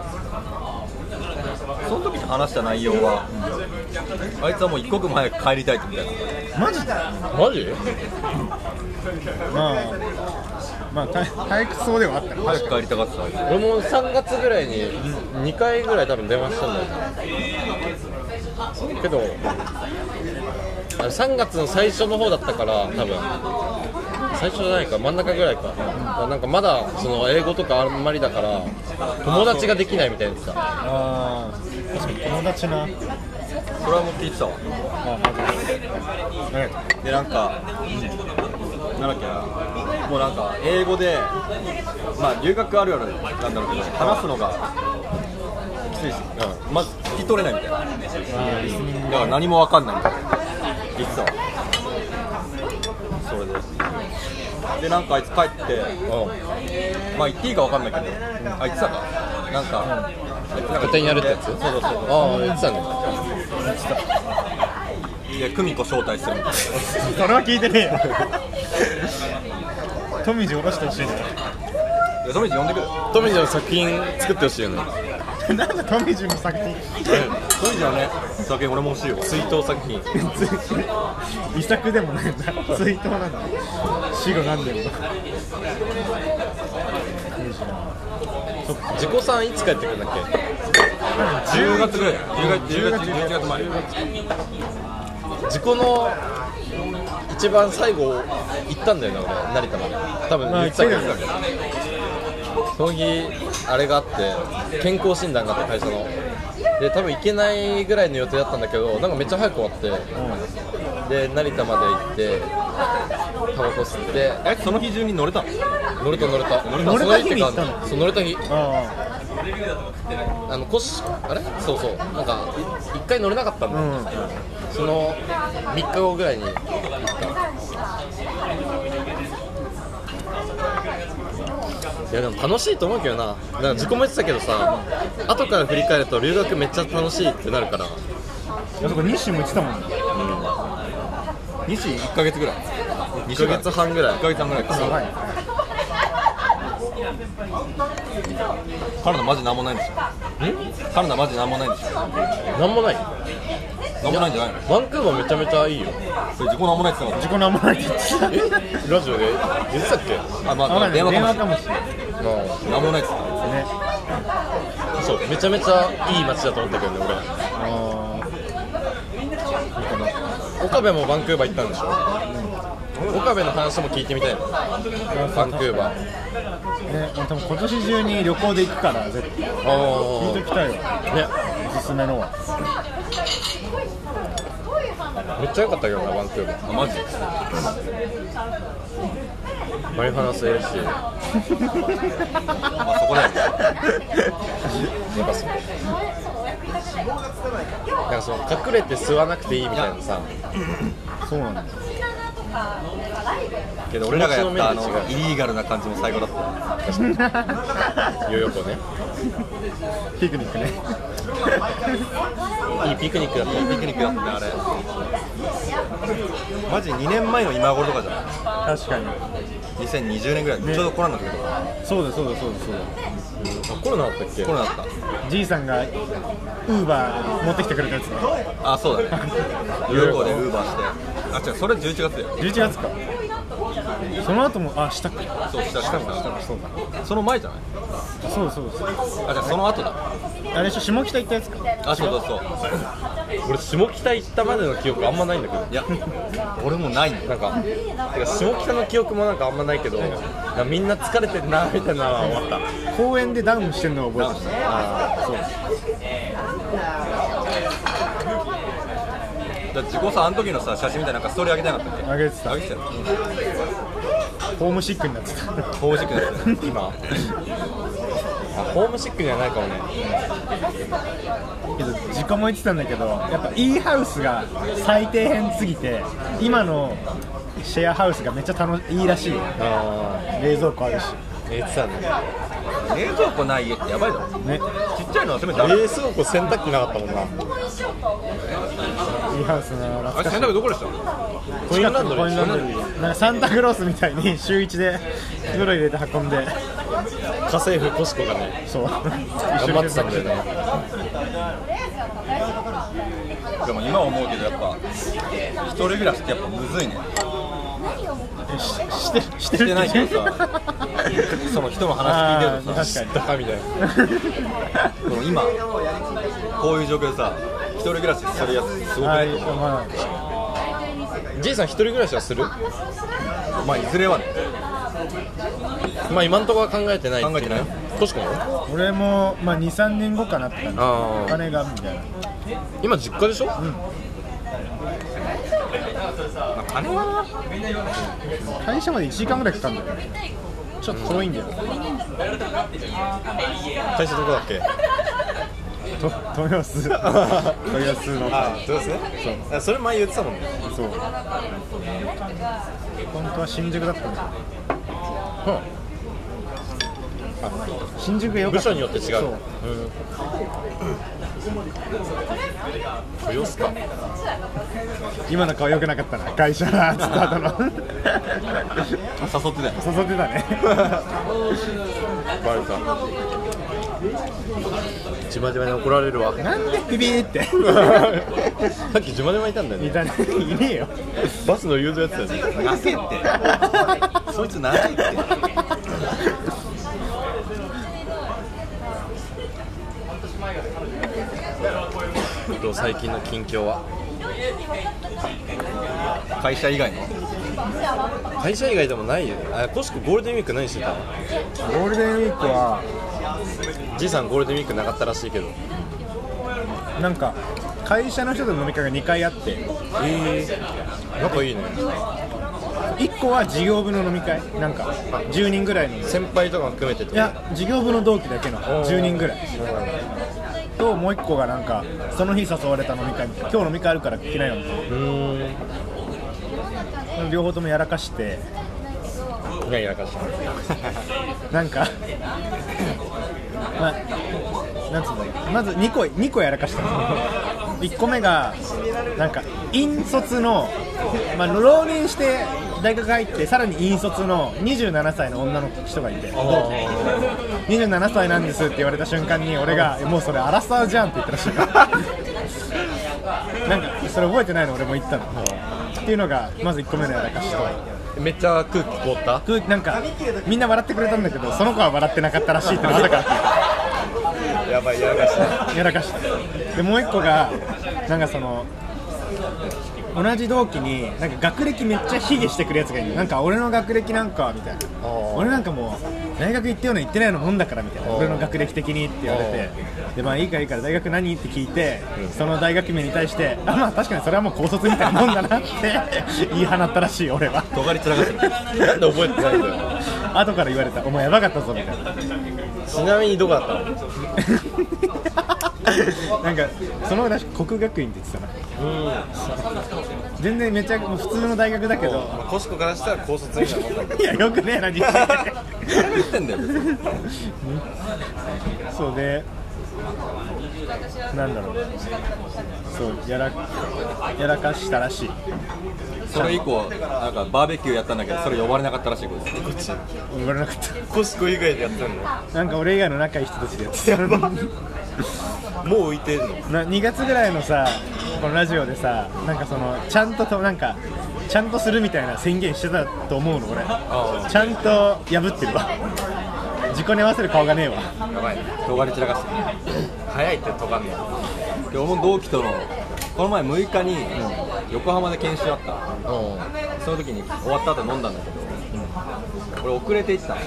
Speaker 3: その時に話した内容はあいつはもう一刻も早く帰りたいってみたいな
Speaker 1: マジ
Speaker 2: マジ
Speaker 1: まあまあ退退屈そうではあったな
Speaker 3: 早く帰りたかったあいつ
Speaker 2: 俺も3月ぐらいに2回ぐらい多分電話したんだよねけど3月の最初の方だったから多分最初じゃないか真ん中ぐらいかなんかまだその英語とかあんまりだから友達ができないみたいでさ
Speaker 1: あー確かに友達な
Speaker 3: それはもう聞いてたわ
Speaker 1: あなんか
Speaker 3: でなんか、なんだっけな、もうなんか英語で、まあ留学あるあるなんだろうけど、話すのがきついし、まず聞き取れないみたいな、だから何もわかんないみたいな、言ってたわ、それで、でなんかあいつ帰って、まあ言っていいかわかんないけど、あいつさか、なんか、勝
Speaker 2: 勝手にやるってやつ
Speaker 3: そうそうそう。
Speaker 2: ああ言ってたね
Speaker 3: で久美子招待するみたいな。
Speaker 1: それは聞いてねえよ富士下ろしてほしい
Speaker 3: でその道呼んでくる。
Speaker 2: 富士の作品作ってほしいよね
Speaker 1: ななんで富士の作品
Speaker 3: そういうじゃね、酒俺も欲しいよ。
Speaker 2: 追悼作品
Speaker 1: 遺作でもないんだ追悼なんだ死後何年も
Speaker 2: 自己さんいつ帰ってくるんだっけ
Speaker 3: 10月ぐらい10月10月11月前
Speaker 2: 自己の一番最後行ったんだよな俺成田まで多分
Speaker 1: まあ
Speaker 2: 言ってたけど
Speaker 1: 行ってた
Speaker 2: その日あれがあって健康診断があって会社ので多分行けないぐらいの予定だったんだけどなんかめっちゃ早く終わってで成田まで行ってタバコ吸って
Speaker 3: えその日中に乗れたの
Speaker 2: 乗れた乗れた
Speaker 1: 乗れた日に行ったの
Speaker 2: そ日ってかそう乗れた日
Speaker 1: あ
Speaker 2: あのコシあれそうそうなんかい一回乗れなかったんだ
Speaker 1: あう
Speaker 2: よ、
Speaker 1: ん
Speaker 2: その3日後ぐらいに行ったいやでも楽しいと思うけどななんか自己も言ってたけどさ後から振り返ると留学めっちゃ楽しいってなるから
Speaker 1: いやそこ西も言ってたもんね
Speaker 3: 西1ヶ月ぐらい2
Speaker 2: 1ヶ月半ぐらい
Speaker 3: 1ヶ月半ぐらいか
Speaker 1: やばいね
Speaker 3: カナダマジなんもないんですよカナダマジなんもないんですよ
Speaker 2: なんもない
Speaker 3: なんもないんじゃないの
Speaker 2: バンクーバーめちゃめちゃいいよ
Speaker 3: それ自己なんもないって言って
Speaker 1: 自己名もないって言ってた
Speaker 2: えラジオで言ってたっけ
Speaker 3: たあま
Speaker 1: あま
Speaker 3: あ
Speaker 1: あね
Speaker 3: 電話か
Speaker 1: 電
Speaker 3: も
Speaker 1: 話
Speaker 3: し
Speaker 1: かもしれない
Speaker 2: な
Speaker 3: れないなんもないって言って
Speaker 1: ね
Speaker 2: あそうめちゃめちゃいい街だと思ったけどね
Speaker 1: あー
Speaker 2: 俺岡部もバンクーバー行ったんでしょ岡部の話も聞いてみたいのバンクーバー
Speaker 1: ね、もう多分今年中に旅行で行くから絶対聞い
Speaker 2: あ
Speaker 1: ておきたいわ
Speaker 2: あね
Speaker 1: おすすめのは
Speaker 2: めっちゃ良かったけどなバンクーバ
Speaker 3: たあマジ
Speaker 2: ーマリファナ吸えるしや
Speaker 3: まあそこだよ
Speaker 2: っぱそこなんかその隠れて吸わなくていいみたいなさ
Speaker 1: そうなんだよ
Speaker 3: けど俺らがやったあの
Speaker 2: 気持ちの面で
Speaker 3: イリーガルな感じも最高だった
Speaker 2: ヨーヨーコね
Speaker 1: ピクニックね
Speaker 2: いいピクニックだった
Speaker 3: ピクニックだったねあれマジ2年前の今頃とかじゃない
Speaker 1: 確かに
Speaker 3: 2020年ぐらいちょうどコロナの時とか
Speaker 1: そうだそうだそうだそうだ
Speaker 2: あコロナだったっけ
Speaker 3: コロナだっ
Speaker 1: じいさんがウーバー持ってきてくれたやつね
Speaker 3: たあそうだね旅行でウーバーしてあ違うそれ11月だよ
Speaker 1: 11月かその後もあしたか
Speaker 3: そうしたしたした
Speaker 1: そうだ
Speaker 3: その前じゃない
Speaker 1: そうそうそう
Speaker 3: あじゃあその後だ
Speaker 1: あれでしょ下北行ったやつか
Speaker 3: あそうそうそう
Speaker 2: 俺下北行ったまでの記憶あんまないんだけど
Speaker 3: いや俺もないんだよ
Speaker 2: なんかてか下北の記憶もなんかあんまないけどなんかみんな疲れてんなみたいなのは思った
Speaker 1: 公園でダウンしてるのを覚えて
Speaker 3: だって自己さあの時のさ写真みたいななんかストーリーあげてなかったった
Speaker 1: あげて
Speaker 3: け
Speaker 1: た
Speaker 3: あげてたよ
Speaker 1: ホームシックになってた
Speaker 3: ホームシックなやつね
Speaker 2: 今あホームシックにはないかもね
Speaker 1: けど実家も言ってたんだけどやっぱ E ハウスが最低限すぎて今のシェアハウスがめっちゃ楽しいいらしいよ
Speaker 2: あ
Speaker 1: 冷蔵庫あるし
Speaker 2: ー寝てたね
Speaker 3: 冷蔵庫ない家ってやばいだろ
Speaker 1: ね
Speaker 3: ちっちゃいの集めたら
Speaker 2: 冷蔵庫洗濯機なかったもんな
Speaker 1: いいハウスな懐
Speaker 3: あ
Speaker 1: か
Speaker 3: れ
Speaker 1: しい
Speaker 3: 洗濯どこでした
Speaker 2: コインランドリ
Speaker 1: コインランド
Speaker 2: ー
Speaker 1: リーなんかサンタクロースみたいに (laughs) 週一で袋入れて運んで
Speaker 2: 家政婦コシコがね
Speaker 1: そう
Speaker 2: (laughs) 頑
Speaker 1: 一
Speaker 2: 張ってたんだよね
Speaker 3: でも今思うけどやっぱ一人暮らしってやっぱむずいね
Speaker 1: ししてして
Speaker 2: (laughs)
Speaker 3: し
Speaker 1: る
Speaker 3: てないけどさその人の話聞いてるとさ
Speaker 1: 確かに
Speaker 2: だかみたいな
Speaker 3: その今こういう状況でさ一人暮らしするやつすごく
Speaker 1: は
Speaker 3: ない
Speaker 1: い、ま
Speaker 2: ジェイさん一人暮らしはする
Speaker 3: まあいずれはね
Speaker 2: まあ今のところは考えてない
Speaker 3: 考えてない
Speaker 2: コシコも
Speaker 1: あ、俺も、まあ、23年後かなって感じ
Speaker 2: あ
Speaker 1: お
Speaker 2: あ
Speaker 1: 金がみたいな
Speaker 2: 今実家でしょ
Speaker 3: まあ金は
Speaker 1: 会社まで1時間ぐらいかかるんだよねちょっと遠いんだよ、
Speaker 2: 会社どこだっけ
Speaker 1: と豊
Speaker 2: (laughs)
Speaker 1: 洲豊洲の
Speaker 2: あそうですねそうそれ前言ってたもんね
Speaker 1: そう本当は新宿だったんだよ、新宿が良か
Speaker 2: 部
Speaker 1: った
Speaker 2: 署によって違う
Speaker 1: そ
Speaker 2: うん豊洲か
Speaker 1: 今の顔良くなかったな会社だっつった後の
Speaker 3: 誘ってたよ
Speaker 1: 誘ってたね
Speaker 2: バレたジマジマに怒られるわ
Speaker 1: なんでビビーって
Speaker 2: (laughs) さっきジマジマいたんだよ
Speaker 1: い
Speaker 2: ね
Speaker 1: たねいねえよ
Speaker 2: バスの誘導やってたよね
Speaker 3: なせってそいつなせって
Speaker 2: どう最近の近況は
Speaker 3: 会社以外の
Speaker 2: 会社以外でもないよねあコシコゴールデンウィーク何してたの
Speaker 1: ゴールデンウィークは
Speaker 2: じいさんゴールデンウィークなかったらしいけど
Speaker 1: なんか会社の人と飲み会が2回あって
Speaker 2: ええ仲いいね
Speaker 1: 1個は事業部の飲み会なんか10人ぐらいの
Speaker 2: 先輩とかも含めてって
Speaker 1: い
Speaker 2: こと
Speaker 1: や事業部の同期だけの
Speaker 2: ー
Speaker 1: 10人ぐらいともう1個がなんかその日誘われた飲み会みたいな今日飲み会あるから来ないよみたいう
Speaker 2: ーん
Speaker 1: な両方ともやらかして
Speaker 2: 何やらかした
Speaker 1: なんかまあなんつうんだろうまず2個2個やらかした1個目がなんか引率の、まあ、浪人して大学入ってさらに引率の27歳の女の人がいて27歳なんですって言われた瞬間に俺がもうそれアラサーじゃんって言ったらしいなんかそれ覚えてないの俺も言ったのっていうのがまず1個目のやらかしと
Speaker 2: めっちゃ空気凍った
Speaker 1: 空気なんかみんな笑ってくれたんだけどその子は笑ってなかったらしいってなったか
Speaker 2: やばいやらかした
Speaker 1: らやらかしたでもう一個がなんかその同じ同期になんか学歴めっちゃ卑下してくるやつがいるなんか俺の学歴なんかみたいな
Speaker 2: ー
Speaker 1: 俺なんかもう大学行ってような行ってないようなもんだからみたいな俺の学歴的にって言われてでまあいいからいいから大学何って聞いてその大学名に対してあまあ確かにそれはもう高卒みたいなもんだなって (laughs) 言い放ったらしい俺は
Speaker 3: 尖り散らかしてる
Speaker 2: (laughs) なんで覚えてないんだよ
Speaker 1: 後から言われたお前やばかったぞみたいな
Speaker 2: ちなみにどこだったの
Speaker 1: なんかその私国学院って言ってたな全然めちゃもう普通の大学だけど
Speaker 2: コシコからしたら高卒みたいなもんだけ
Speaker 1: いやよくねえな日大
Speaker 3: 誰が言ってんだよ別に
Speaker 1: そうでなんだろうそうやらやらかしたらしい
Speaker 3: それ以降なんかバーベキューやったんだけどそれ呼ばれなかったらしいことです
Speaker 1: 言われなかっ
Speaker 2: どコシコ以外でやってんの
Speaker 1: たなんか俺以外の仲いい人たちでやってたな
Speaker 2: もう浮いてんの
Speaker 1: 2月ぐらいのさこのラジオでさなんかそのちゃんととなんかちゃんとするみたいな宣言してたと思うの俺ちゃんと破ってるわ自己に合わせる顔がねえわ
Speaker 2: やばい
Speaker 3: 尖り散らかしてる
Speaker 2: 早いってとかんの
Speaker 3: で俺も同期とのこの前6日に横浜で研修あったその時に終わった後飲んだんだけど、俺遅れて行ってたの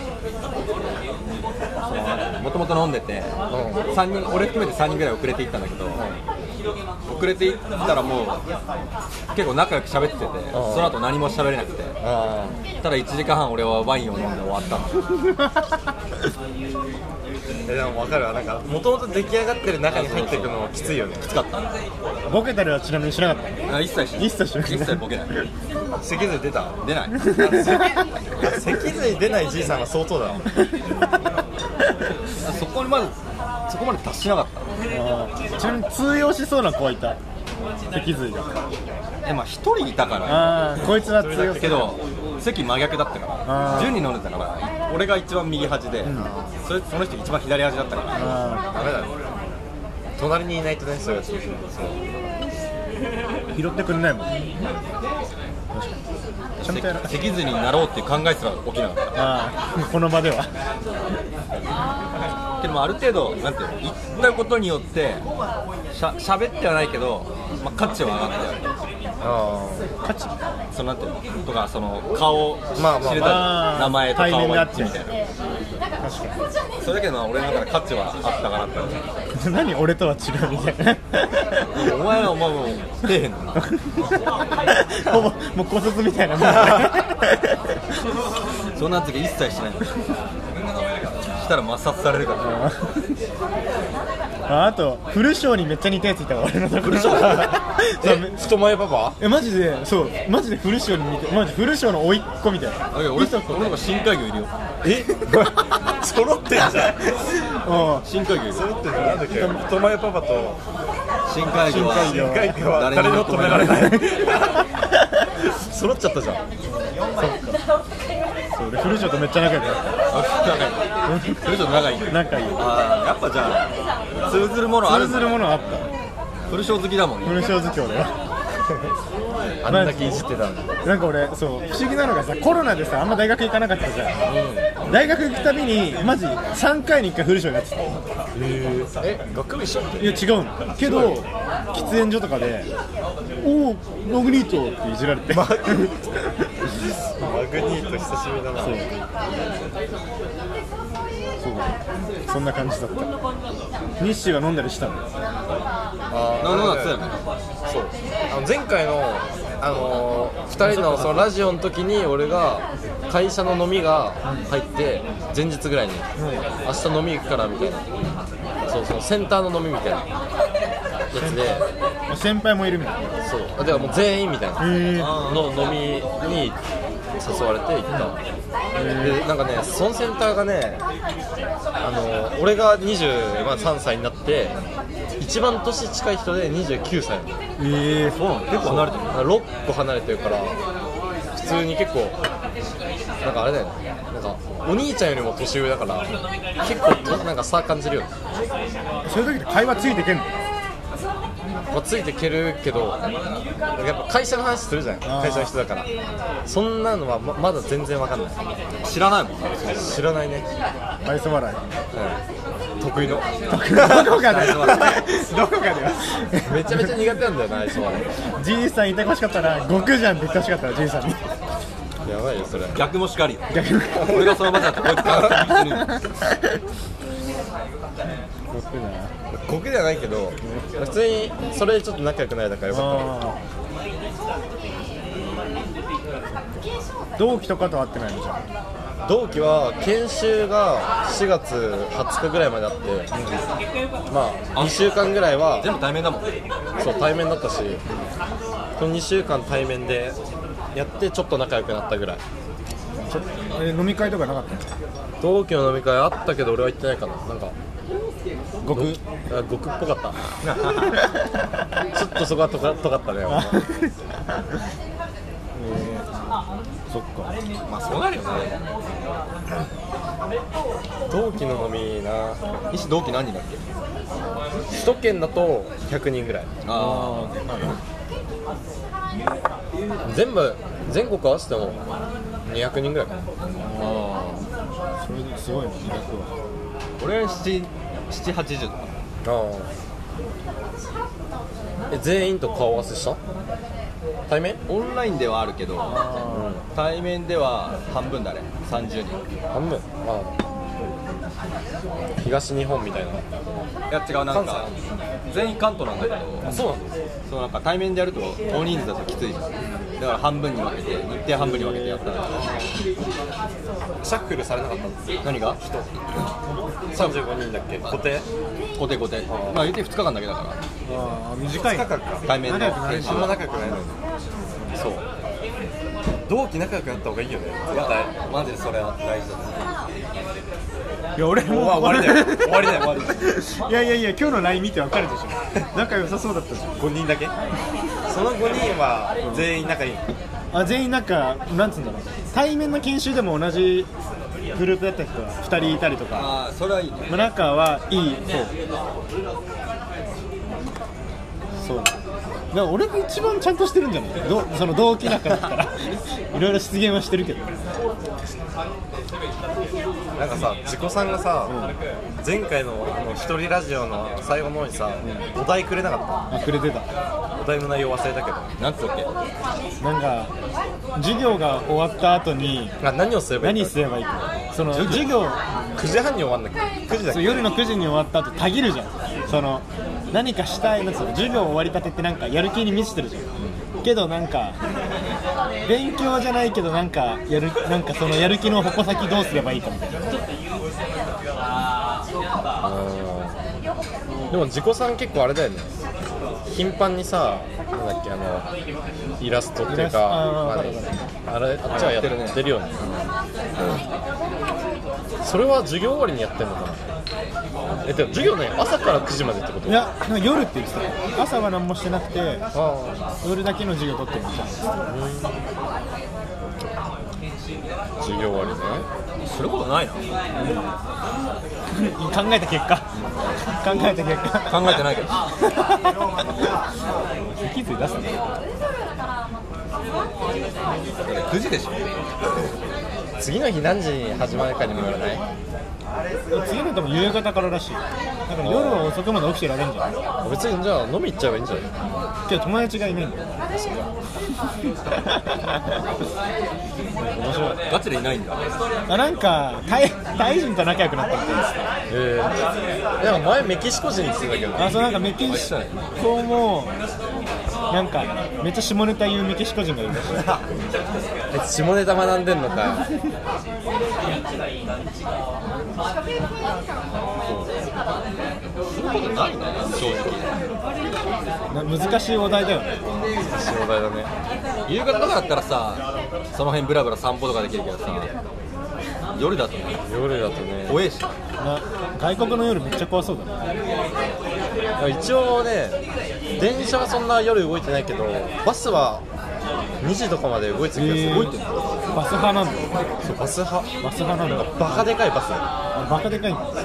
Speaker 3: もともと飲んでて、三人俺含めて3人ぐらい遅れて行ったんだけど、遅れていったらもう結構仲良く喋っててその後何も喋れなくて
Speaker 2: あ
Speaker 3: ただ1時間半俺はワインを飲んで終わったの
Speaker 2: ーえでも分かるわなんかもともと出来上がってる中に入っていくのきついよね
Speaker 3: きつかった
Speaker 1: ボケたりはちなみにしなか
Speaker 3: (laughs)
Speaker 1: った
Speaker 3: あ一切しない
Speaker 1: 一切しない
Speaker 3: 一切ボ
Speaker 1: (laughs)
Speaker 3: ケない
Speaker 2: 脊髄出た
Speaker 3: 出ない
Speaker 2: 脊髄出ないじいさんが相当だわ
Speaker 3: そこにまずそこまで達しなかっ
Speaker 1: ちなみに通用しそうな子はいた脊髄が
Speaker 3: たえまあ一人いたから
Speaker 1: ああこいつは通用す
Speaker 3: け
Speaker 1: る
Speaker 3: ど席真逆だったから
Speaker 1: あー
Speaker 3: 10人乗れたから俺が一番右端で、それその人一番左端だったから
Speaker 1: あ
Speaker 2: ダメだね隣にいないとねそういうやつ
Speaker 1: ー拾ってくれないもん確かにちゃんとやら
Speaker 3: せ脊髄になろうっていう考えすら起きなかっ
Speaker 1: ああこの場では
Speaker 3: たけどもある程度なんていうの言ったことによってしゃ喋ってはないけど、まあ、価値は上がったよね
Speaker 2: あ
Speaker 1: 価値
Speaker 3: そのなんていうのとかその顔を知れたり、
Speaker 2: まあま
Speaker 1: ま
Speaker 2: あ
Speaker 1: あ
Speaker 3: 名前と
Speaker 1: 対
Speaker 3: 顔
Speaker 1: 面で
Speaker 3: は
Speaker 1: 会
Speaker 3: 一
Speaker 1: って
Speaker 3: 致みたいな
Speaker 1: 確か
Speaker 3: それだけどまあ俺の中で価値はあったかなって
Speaker 1: に (laughs) 何俺とは違うみたいな
Speaker 3: お前はお前もう出えへんのな
Speaker 1: ほぼもう骨卒みたいなもん (laughs) だね
Speaker 3: そんな時一切しないのしたら抹殺されるから
Speaker 1: ああとフルショーにめっちゃ似たやついたわ俺のところフルショ (laughs)
Speaker 2: 人前パパ
Speaker 1: えマジでそうマジでフルショーに似てマジフルショーの甥いっ子みたいな
Speaker 3: だけど俺俺の方が深海魚いるよ
Speaker 1: え
Speaker 2: 揃ってんじゃん
Speaker 1: うん
Speaker 3: 深海魚いるよ
Speaker 2: 揃ってんじゃんなんだっけ人前パパと
Speaker 3: 深海魚は
Speaker 1: 深
Speaker 2: 海魚は誰にも止められない揃っちゃったじゃん
Speaker 1: そう俺フルショーとめっちゃ仲良くなっ
Speaker 3: あ深海魚それと長いよ
Speaker 1: た仲いい
Speaker 3: (laughs) あーやっぱじゃあ通ずるものある
Speaker 1: 通
Speaker 3: ん
Speaker 1: ず
Speaker 3: だ
Speaker 1: るものはあった
Speaker 3: フルショー好きだもんね
Speaker 1: フルショー好き俺は
Speaker 2: あんだけいじってたのに
Speaker 1: なんか俺そう不思議なのがさコロナでさあんま大学行かなかったじゃん、大学行くたびにマジ3回に1回フルショーになってた
Speaker 2: え学部一緒
Speaker 1: いや違うのけど喫煙所とかで「おおログニート」っていじられて、
Speaker 2: マグニート久しぶりだな
Speaker 1: そう (laughs) そうそんな感じだった日誌は飲んだりしたの
Speaker 2: あ
Speaker 3: ななんだそうやね
Speaker 2: そうあの前回の、あのー、2人のそのラジオの時に俺が会社の飲みが入って前日ぐらいに明日飲み行くからみたいなそうそうセンターの飲みみたいなやつで
Speaker 1: 先輩もいるみたいな
Speaker 2: そうあではもう全員みたいな
Speaker 1: へえ
Speaker 2: の飲みに誘われて行った、でなんかねそのセンターがねあの俺が23歳になって一番年近い人で29歳なの
Speaker 1: え
Speaker 3: そうなの結構離れてる
Speaker 2: 6個離れてるから普通に結構なんかあれだよねなんかお兄ちゃんよりも年上だから結構となんか差感じるよね、
Speaker 1: そういう時って会話ついてけんの
Speaker 2: まあ、ついてけるけどなんかやっぱ会社の話するじゃん
Speaker 1: ー
Speaker 2: 会社の人だからそんなのはままだ全然わかんない
Speaker 3: 知らないもんね
Speaker 2: 知らないね、
Speaker 1: 愛想
Speaker 3: (laughs)
Speaker 1: 笑い
Speaker 2: うん、得意の
Speaker 1: どこかで
Speaker 3: 愛想笑
Speaker 1: どこかで
Speaker 2: めちゃめちゃ苦手なんだよな愛想は
Speaker 1: (laughs) じいさんいてほしかったら「極じゃん」って言ってほしかったらじいさ
Speaker 3: (laughs)
Speaker 1: んに
Speaker 2: やばいよそれ
Speaker 3: 逆もしかりよ
Speaker 1: 逆に
Speaker 3: 俺がその場だったらこいつガー
Speaker 1: (laughs)
Speaker 3: ッて
Speaker 1: 極だな
Speaker 2: 酷ではないけど普通にそれでちょっと仲良くなれたからよかっ
Speaker 1: あー同期とかと会ってないのじゃん
Speaker 2: た同期は研修が4月20日ぐらいまであって、まあ2週間ぐらいは
Speaker 3: 全部対面だもん
Speaker 2: そう対面だったしこの2週間対面でやってちょっと仲良くなったぐらい
Speaker 1: ちょえ飲み会とかなかったの
Speaker 2: 同期の飲み会あったけど俺は行ってないかななんか
Speaker 1: 極
Speaker 2: あ極っぽか (laughs) ったちょっとそこはとか尖ったね
Speaker 1: あえーそっか
Speaker 3: まあそうなるよね
Speaker 2: 同期の飲みな
Speaker 3: 西同期何人だっけ
Speaker 2: 首都圏だと100人ぐらい
Speaker 3: あ
Speaker 2: 全部全国合わせても200人ぐらいかな
Speaker 3: あ
Speaker 1: それですごいね200は
Speaker 3: 俺は780とか
Speaker 2: え全員と顔合わせした対面
Speaker 3: オンラインではあるけど対面では半分だね30人
Speaker 2: 半分ああ東日本みたいない
Speaker 3: や違うなんか
Speaker 2: 関
Speaker 3: 全員関東なんだけど
Speaker 2: そうなんです
Speaker 3: そうなんか対面でやると大人数だときついじゃんだから半分に分けて日程半分に分けてやったら
Speaker 2: シャッフルされなかったんですよ
Speaker 3: 何が
Speaker 2: 35人だっけ固定
Speaker 3: コテコテまあ言って2日間だけだから
Speaker 1: あー短い
Speaker 2: 二日間か
Speaker 3: 対面の
Speaker 1: 長くなる
Speaker 2: 一
Speaker 1: し
Speaker 2: 緒も仲良くないの
Speaker 3: そう
Speaker 2: 同期仲良くなった方がいいよね
Speaker 3: いやマジでそれは大事だね
Speaker 1: いや俺
Speaker 2: う
Speaker 1: も
Speaker 2: わ終わりだよ終わりだよ終わりだよ
Speaker 1: いやいやいや今日の LINE 見てわかるでしょ仲良さそうだったじゃん
Speaker 2: 5人だけその5人は全員仲いい
Speaker 1: あ全員なんかなんつうんだろう対面の研修でも同じグループだった人は2人いたりとか
Speaker 3: ああそれはいいね
Speaker 1: まあ仲はいいそうそうだから俺が一番ちゃんとしてるんじゃないどその同期仲だ (laughs) ったらいろいろ失言はしてるけど
Speaker 2: なんかさ、自己さんがさ、前回のあの一人ラジオの最後の方にさ、お題くれなか
Speaker 1: あくれてた
Speaker 2: ったお題の内容忘れたけど
Speaker 3: なんつうわけ
Speaker 1: なんか授業が終わった後に
Speaker 2: あ何をすればいい
Speaker 1: 何
Speaker 2: か
Speaker 1: すればいいかその授業
Speaker 2: 9時半に終わんなきゃ9時だっ
Speaker 1: そう
Speaker 2: け
Speaker 1: 夜の9時に終わった後たぎるじゃんその何かしたいの授業終わりたてってなんかやる気に満ちてるじゃんけどなんか勉強じゃないけどなんかやるなんかそのやる気の矛先どうすればいいかみたいな
Speaker 2: うんでも自己さん結構あれだよね頻繁にさなんだっけあのイラストってい
Speaker 1: イラ
Speaker 2: う
Speaker 1: ストあー
Speaker 2: か
Speaker 1: わかるわ
Speaker 2: あれあっちはや
Speaker 3: やってるね
Speaker 2: ってるよねそれは授業終わりにやってんのかなえでも授業ね朝から9時までってこと
Speaker 1: いやなんか夜って言ってたよ朝は何もしてなくて
Speaker 2: あー
Speaker 1: 夜だけの授業取ってるみたいな
Speaker 2: 授業終わりね
Speaker 3: することないな考
Speaker 1: (laughs) 考えた結果考えた結果
Speaker 3: えてないけど
Speaker 1: (laughs) 気づい出すね
Speaker 3: 9時でしょ
Speaker 2: 次の日何時に始まるかにもよらない
Speaker 1: 次の日も夕方かららしいだから夜は遅くまで起きてられるんじゃない
Speaker 2: 別にじゃあ飲み行っちゃえばいいんじゃない
Speaker 1: 今日友達がいない
Speaker 3: (laughs)
Speaker 1: んだよ
Speaker 3: ガチでいないんだ
Speaker 1: あなんかタイタイ人と仲良くなったみたいです
Speaker 2: ええでも前メキシコ人にしてたけど
Speaker 1: あそうなんかメキシコもなんかめっちゃ下ネタ言うメキシコ人がいるらしい
Speaker 2: え下ネタ学んでんのかよ
Speaker 3: することないね正直
Speaker 1: な難しいお題だよね
Speaker 2: 下ネタだね
Speaker 3: 夕方とかだったらさその辺ブラブラ散歩とかできるけどさ夜だとね
Speaker 2: 夜だとね
Speaker 3: 怖えし
Speaker 1: な外国の夜めっちゃ怖そうだね
Speaker 2: 一応ね電車はそんな夜動いてないけどバスは2時とかまで動いてるけど動いてる
Speaker 1: バス派なんだ
Speaker 2: そうバス派
Speaker 1: バス派なんだ
Speaker 2: バカでかいバス
Speaker 1: あバカでかいんだ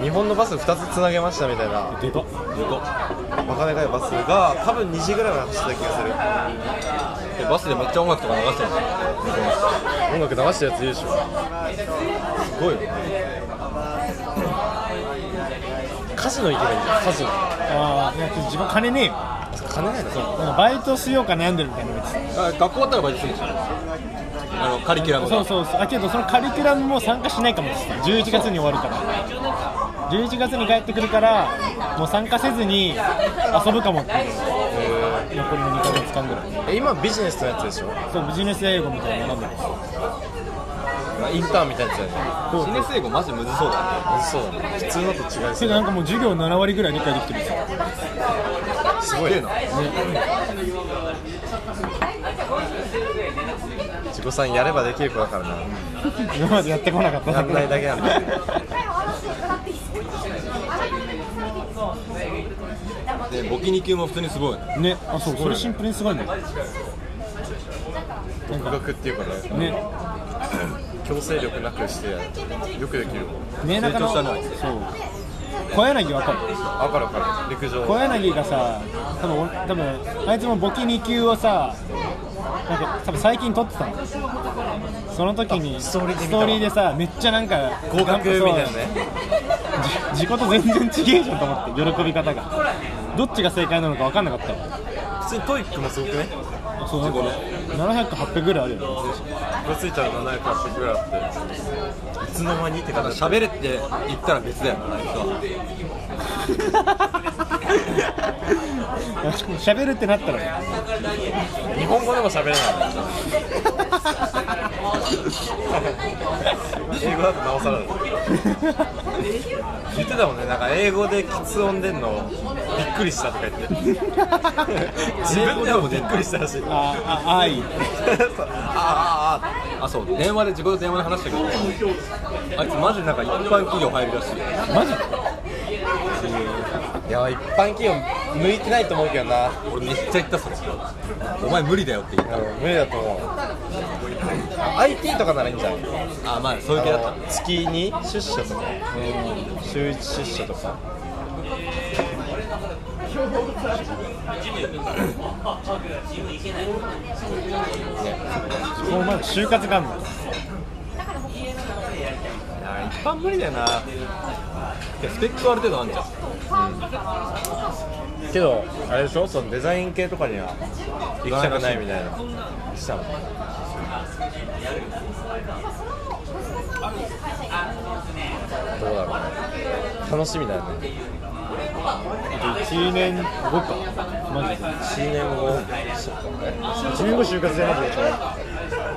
Speaker 2: 日本のバス2つつなげましたみたいな
Speaker 1: でかっ
Speaker 2: バカでかいバスが多分2時ぐらいまで走った気がする
Speaker 3: えバスでめっちゃ音楽とか流してるの
Speaker 2: 音楽流したやついるでしょ
Speaker 3: すごいよ
Speaker 2: カジノ行けばいいんじゃんカジノ
Speaker 1: あーいや自分金ねえよ
Speaker 2: 金ないのそう
Speaker 1: なんかバイトしようか悩んでるみたいなの言って
Speaker 3: あ学校終わったらバイトするでしょあのカリキュラ
Speaker 1: た
Speaker 3: ム
Speaker 1: そ
Speaker 3: が
Speaker 1: うそうそうあけどそのカリキュラムも参加しないかもしれない11月に終わるから11月に帰ってくるからもう参加せずに遊ぶかもっていう残りの2ヶ月間ぐらい
Speaker 2: え今ビジネスのやつでしょ
Speaker 1: そうビジネス英語みたいなのなんだろ
Speaker 2: インターンみたいなやつだよね
Speaker 3: ビジネス英語マジむずそうだね
Speaker 2: むずそうだね普通のと違いうそ
Speaker 1: けどなんかもう授業7割ぐらい理解できてるんですよ
Speaker 3: すごいな
Speaker 2: 自己さんやればできる子だからな
Speaker 1: 今までやってこなかった
Speaker 2: やんないだけなんだ
Speaker 3: でボキニ級も普通にすごいね
Speaker 1: ねあそうそれシンプルにすごいね
Speaker 2: 独学っていうかね
Speaker 1: ね
Speaker 2: 強制力なくしてよくできるもん
Speaker 1: ねなかの
Speaker 3: 成
Speaker 1: そ
Speaker 3: 長
Speaker 1: う
Speaker 3: したね
Speaker 1: 小柳わかる
Speaker 2: 分かる分かる陸上
Speaker 1: 小柳がさ多分俺多分あいつも簿記2級をさなんか多分最近取ってたのその時にス
Speaker 2: ストーリーで見た
Speaker 1: ト
Speaker 2: わ
Speaker 1: ーリーでさめっちゃなんか
Speaker 2: 合格みたいな
Speaker 1: ね
Speaker 2: ね
Speaker 1: 自己と全然違えじゃんと思って喜び方がどっちが正解なのか分かんなかったわ
Speaker 2: 普通にトイックもすごくね
Speaker 1: そうなんか700800ぐらいあるよね (laughs)
Speaker 2: これついちゃうと700発ぐらいあっていつの間にって
Speaker 3: だから
Speaker 2: 形
Speaker 3: 喋れって言ったら別だよなあいつは
Speaker 1: 喋るってなったら
Speaker 2: 日本語でも喋れない英語だとなおさらだ言ってたもんねなんか英語できつ音出んのびっくりしたとか言って自分でもびっくりしたらしい
Speaker 1: 「あああい」
Speaker 3: ああああそう電話で自分と電話で話したけどあいつマジでなんか一般企業入るらしい
Speaker 1: マジ
Speaker 2: いや一般企業向いてないと思うけどな
Speaker 3: 俺めっちゃ言ったそれお前無理だよって言っ
Speaker 2: うん無理だと思う IT とかならいいんじゃない
Speaker 3: たあまあそういう系だったね
Speaker 2: 月に出社とか週一出社とか
Speaker 1: この前も就活があんの
Speaker 2: 一般無理だよない
Speaker 3: やスペックある程度あんじゃん
Speaker 2: けどあれでしょそのデザイン系とかには行きたくないみたいなしたもんどうだろうね楽しみだよね
Speaker 1: 1年後かマジで
Speaker 2: 1年後そっか
Speaker 1: 1年後就活じゃなくて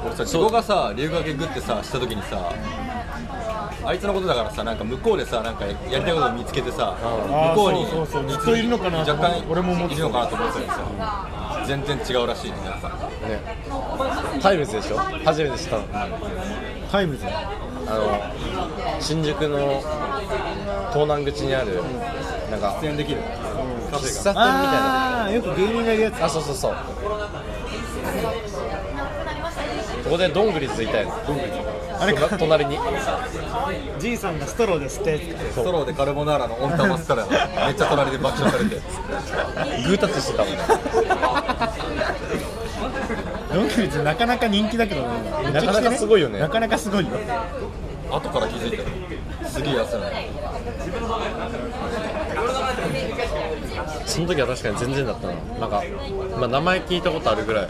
Speaker 3: 俺さ自己がさ留学行くってさした時にさあいつのことだからさなんか向こうでさなんかやりたいことを見つけてさ
Speaker 1: あー
Speaker 3: 向こうに
Speaker 1: そうそうそうずっといるのかなと
Speaker 3: 若
Speaker 1: 思って
Speaker 3: 干
Speaker 1: 俺も思って
Speaker 3: いるのかなと思ってたけどさ全然違うらしいねなんか
Speaker 2: ねタイムズでしょ初めて知ったの
Speaker 1: タイムズ
Speaker 2: あの新宿の東南口にあるなんか喫
Speaker 3: 全然できる
Speaker 2: 茶店みたいな
Speaker 1: ああよく芸人がいるやつ
Speaker 2: あそうそうそうここでどんぐりついたや
Speaker 1: あれ
Speaker 2: つ隣に
Speaker 1: じいさんがストローですって
Speaker 3: ストローでカルボナーラの温玉吸ったらめっちゃ隣で爆笑されて
Speaker 2: グータッチしてたもんね
Speaker 1: ドンキリズなかなか人気だけどね
Speaker 2: なかなかすごいよね
Speaker 1: なかなかすごいよ
Speaker 3: 後から気づいたよすげえ安いね
Speaker 2: その時は確かに全然だったななんか、まあ、名前聞いたことあるぐらい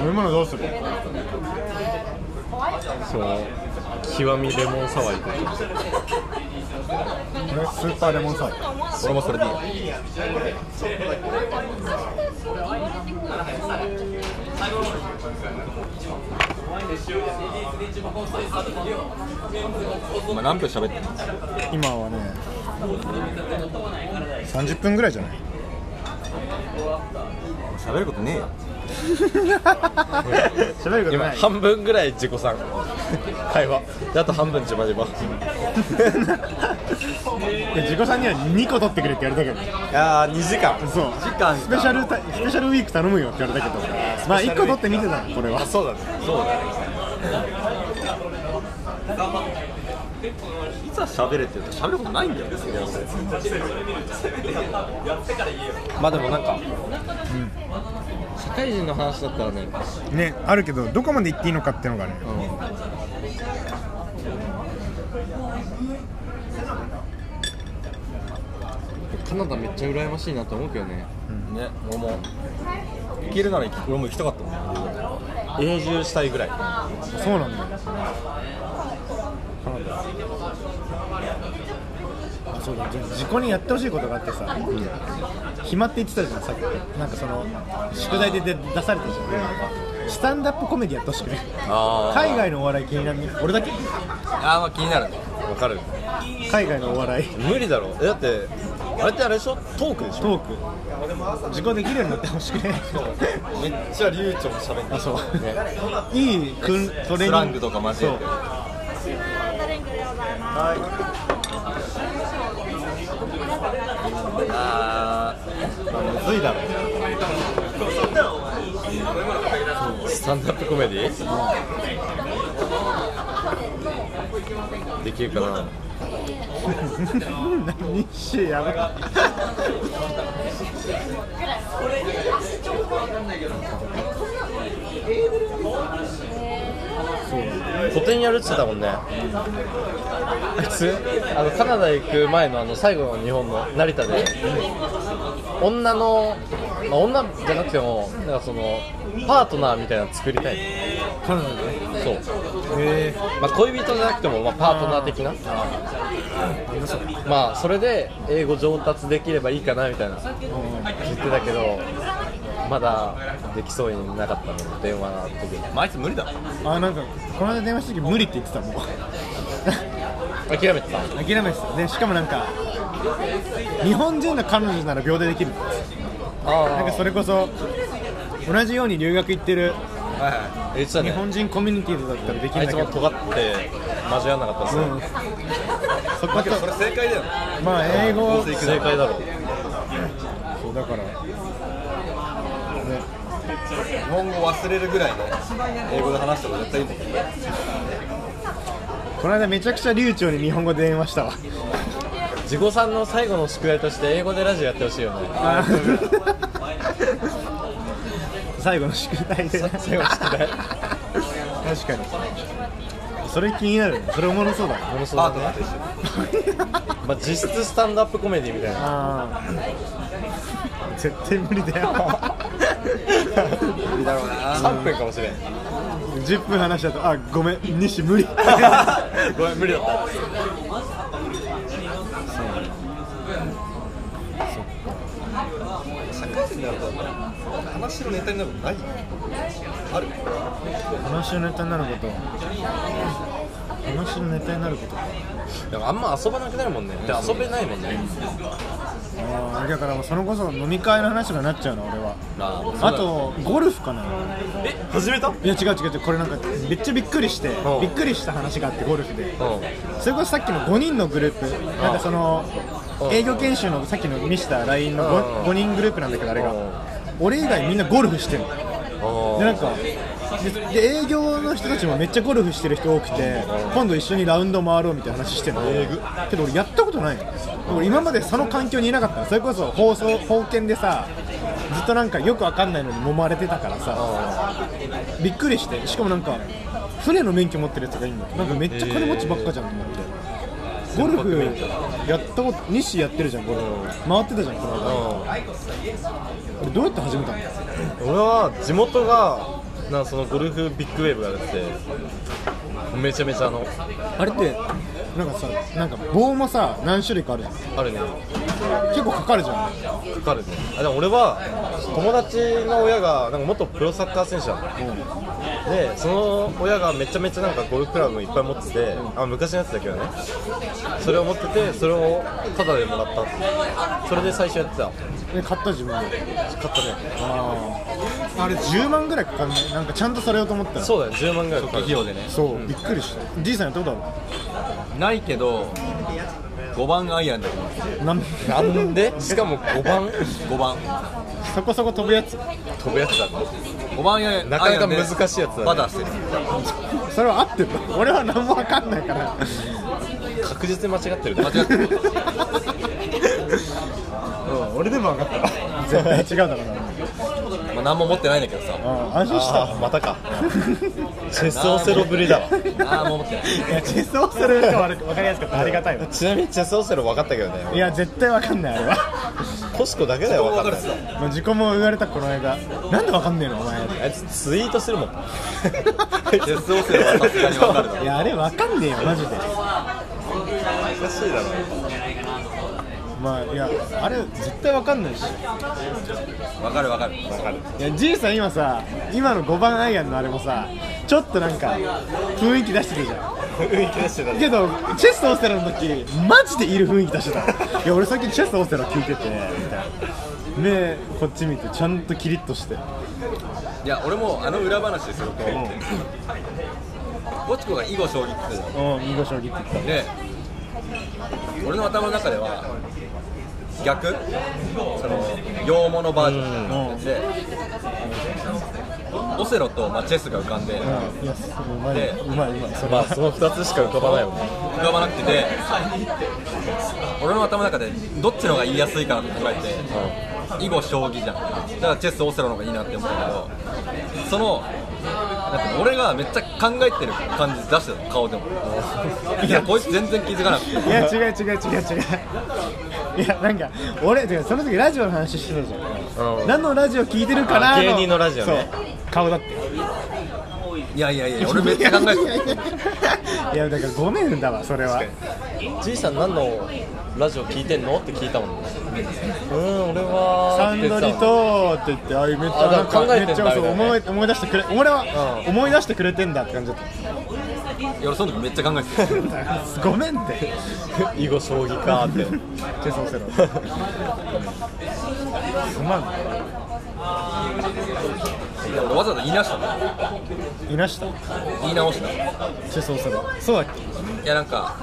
Speaker 1: 飲み物どうする
Speaker 2: その極みレモンサワー行く
Speaker 1: 俺スーパーレモンサワー
Speaker 3: 俺もそれでいいよお前何分喋ってんの
Speaker 1: 今はね30分ぐらいじゃない
Speaker 3: 喋ることねえよ
Speaker 1: 喋ること
Speaker 2: 今
Speaker 1: ない
Speaker 2: 半分ぐらい自己さん会話であと半分自まじま
Speaker 1: で自己さんには2個取ってくれって言われたけ
Speaker 2: あー2時間
Speaker 1: どそう
Speaker 3: 時間
Speaker 1: スペシャルタイスペシャルウィーク頼むよって言われたけどまあ1個取ってみてたのこれは
Speaker 2: あそうだね
Speaker 3: いざ喋れって言うと喋ることないんだよ
Speaker 2: まあでもなんか、社会人の話だったらね
Speaker 1: ねあるけどどこまで行っていいのかっていうのがね
Speaker 2: カナダめっちゃ羨ましいなと思うけどね
Speaker 3: ね俺も行けるなら行き俺も行きたかったもん
Speaker 2: 永住したいぐらい
Speaker 1: そうなんだよあそうだ自己にやってほしいことがあってさ、暇って言ってたじゃんさっきなんかその宿題で出出されたじゃんスタンダップコメディやってほしくね
Speaker 3: あ
Speaker 1: 海外のお笑い気になる俺だけ
Speaker 3: あーまあ気になるね
Speaker 2: わかる
Speaker 1: 海外のお笑い
Speaker 2: 無理だろえだってあれってあれでしょトークでしょ
Speaker 1: トーク自己できるようになってほしくね
Speaker 2: めっちゃ流暢に喋って
Speaker 1: あそう
Speaker 2: ね
Speaker 1: いい訓トレーニング
Speaker 3: スラングとか交えて
Speaker 1: そう (laughs)
Speaker 4: ドリンクでございます。
Speaker 3: あ
Speaker 1: むずいだろ
Speaker 2: スタンダップコメディできるかな
Speaker 1: 何しやばか
Speaker 2: 古典やるって言ってたもんねあいつあのカナダ行く前のあの最後の日本の成田で女の、まあ、女じゃなくてもなんかそのパートナーみたいなの作りたい
Speaker 1: カナダで
Speaker 2: そう、
Speaker 1: へえ
Speaker 2: まあ、恋人じゃなくても、まあ、パートナー的なまあそれで英語上達できればいいかなみたいな言ってたけどまだできそうになかったの電話の時に
Speaker 3: まああいつ無理だろ
Speaker 1: あなんかこの間電話した時無理って言ってたもん
Speaker 2: 諦めてた
Speaker 1: 諦めてたでしかもなんか日本人の彼女なら秒でできるなんかそれこそ同じように留学行ってる
Speaker 2: はい言ってた
Speaker 1: 日
Speaker 2: ね
Speaker 1: 本人コミュニティだったらでき
Speaker 2: あ
Speaker 1: るんだ
Speaker 2: いつ
Speaker 1: け
Speaker 2: も
Speaker 1: ど
Speaker 2: 尖って交わんなかったっすね、
Speaker 1: うんそこ
Speaker 3: だけどそれ正解だよ
Speaker 1: まあ英語
Speaker 2: 正解だろう
Speaker 1: そうだからね
Speaker 3: 日本語忘れるぐらいね英語で話した方が絶対いいもん
Speaker 1: この間めちゃくちゃ流暢に日本語で電話したわ
Speaker 2: 自己さんの最後の宿題として英語でラジオやってほしいよね
Speaker 1: (laughs) 最後の宿題でね
Speaker 2: 最後の宿題
Speaker 1: (laughs)
Speaker 2: (laughs)
Speaker 1: 確かにそれ気になるねそれおもろそうだね
Speaker 2: ものすごい
Speaker 3: パートナーと一緒に
Speaker 2: まあ、実質スタンドアップコメディみたいな
Speaker 1: ああ絶対無理だよ
Speaker 3: だろうな
Speaker 2: 3分かもしれん
Speaker 1: 10分話したとあごめん西無理
Speaker 2: ごめん無理だった
Speaker 3: 社会人になると話のネタになることないよある
Speaker 1: 話のネタになること話のネタになること
Speaker 2: でもあんま遊ばなくなるもんねで遊べないもんね
Speaker 1: あーだからもうそれこそ飲み会の話とかになっちゃうの俺は
Speaker 2: あー
Speaker 1: あとゴルフかな
Speaker 2: え始めたうん
Speaker 1: いや違う違う違うこれなんかめっちゃびっくりして
Speaker 2: うん
Speaker 1: びっくりした話があってゴルフでそれこそさっきの5人のグループなんかその
Speaker 2: うん
Speaker 1: 営業研修のさっきの見した LINE の
Speaker 2: うん
Speaker 1: 5, 人グループなんだけどあれが
Speaker 2: うん
Speaker 1: 俺以外みんなゴルフしてるのでなんかでで営業の人たちもめっちゃゴルフしてる人多くて今度一緒にラウンド回ろうみたいな話してるのけど俺やったことないの俺今までその環境にいなかったのそれこそ放送封建でさずっとなんかよくわかんないのに揉まれてたからさびっくりしてしかもなんか船の免許持ってるやつがいるのなんかめっちゃ金持ちばっかじゃんと思ってゴルフやったこと西やってるじゃんゴルフ回ってたじゃんこの間俺どうやって始めたの
Speaker 2: 俺は地元がなんかそのゴルフビッグウェーブがあるってめちゃめちゃあの
Speaker 1: あれってなんかさなんか棒もさ何種類かあるじゃん
Speaker 2: あるね
Speaker 1: 結構かかるじゃん
Speaker 2: かかるねあでも俺は友達の親がなんか元プロサッカー選手なのでその親がめちゃめちゃなんかゴルフクラブいっぱい持っててあ昔のやつだけどねそれを持っててそれをタダでもらったそれで最初やってた
Speaker 1: で買った自分で
Speaker 2: 買ったね
Speaker 1: ああれ10万ぐらいかかんないなんかちゃんとされようと思ったら
Speaker 2: そうだよ10万ぐらいかかる
Speaker 3: 費用でね
Speaker 1: そう、びっくりしたじいさんやったことあ
Speaker 3: ないけど5番アイアンだけど
Speaker 1: るなん
Speaker 2: なんでしかも5番
Speaker 3: 5番
Speaker 1: そこそこ飛ぶやつ
Speaker 2: 飛ぶやつだね
Speaker 3: 5番アイアン
Speaker 2: なかなか難しいやつだね
Speaker 3: バターしてる
Speaker 1: それは合ってるの俺は何もわかんないから
Speaker 2: 確実に間違ってるね
Speaker 3: 間違ってる
Speaker 1: 俺でも分かった絶対違うだろうな
Speaker 3: まあ何も持ってないんだけどさ
Speaker 1: ああ安心した
Speaker 2: あまたかチェスオセロぶりだわ
Speaker 3: 何も持ってない
Speaker 1: いや実装するが悪く分かりやすかったありがたいわ
Speaker 2: ちなみにチェスオセロ分かったけどね
Speaker 1: いや絶対分かんないあれは
Speaker 2: コシコだけだよ分かんない
Speaker 1: もう自己も言われたこの間なんで分かんねえのお前
Speaker 2: あいつツイートするもん
Speaker 3: チェスオセロはさすがに分かるだろ
Speaker 1: いやあれ分かんねえよマジで
Speaker 2: 難しいだろ
Speaker 1: まあいやあれ絶対分かんないし
Speaker 3: 分かる分かる
Speaker 1: いやじいさん今さ今の5番アイアンのあれもさちょっとなんか雰囲気出してるじゃん
Speaker 2: 雰囲気出してたね
Speaker 1: けどチェスオセロの時マジでいる雰囲気出してたいや俺さっきチェスオセロ聞いててみたいな目こっち見てちゃんとキリッとして
Speaker 3: いや俺もあの裏話ですよゴチコが囲碁将棋って言ってたじゃん
Speaker 1: うん囲碁将棋って言って
Speaker 3: で俺の頭の中では逆その洋物バージョン
Speaker 1: たうん
Speaker 3: でオセロとまあチェスが浮かんで浮
Speaker 1: うんいやすごいうまい
Speaker 3: で
Speaker 1: うまいうまいそれ
Speaker 2: ま
Speaker 1: は
Speaker 2: あその2つしか浮かばないもんね
Speaker 3: かばなくてで俺の頭の中でどっちの方が言いやすいかなって考えて囲碁将棋じゃんだからチェスオセロの方がいいなって思ったけどそのなんか俺がめっちゃ考えてる感じ出してたの顔でもいやこいつ全然気づかなくて
Speaker 1: いや違う違う違う違ういやなんか俺てかその時ラジオの話してたじゃん、
Speaker 2: うん
Speaker 1: 何のラジオ聞いてるかな
Speaker 2: あ芸人のラジオね
Speaker 1: そう顔だって
Speaker 3: いやいやいや俺めっちゃ考えてる
Speaker 2: (laughs)
Speaker 1: いやだからごめんだわそれは
Speaker 2: じいさん何のラジオ聞いてんのって聞いたもんねうん俺は
Speaker 1: サンドリとって言ってあめっち
Speaker 2: あ
Speaker 1: ゃなんか
Speaker 2: 考えてんだ
Speaker 1: めっちゃそう
Speaker 2: みたいな
Speaker 1: 思い思い出してくれ俺は
Speaker 2: うん
Speaker 1: 思い出してくれてんだって感じだっ
Speaker 3: いや俺その時めっちゃ考えてる
Speaker 1: たごめんって
Speaker 2: 囲碁将棋かって
Speaker 1: チェソンセロ
Speaker 2: (laughs)
Speaker 1: すまん
Speaker 3: いや俺わざわざ言い直したの
Speaker 1: いなした
Speaker 3: 言い直したい
Speaker 1: チェソンセロそうだっけ
Speaker 3: やなんか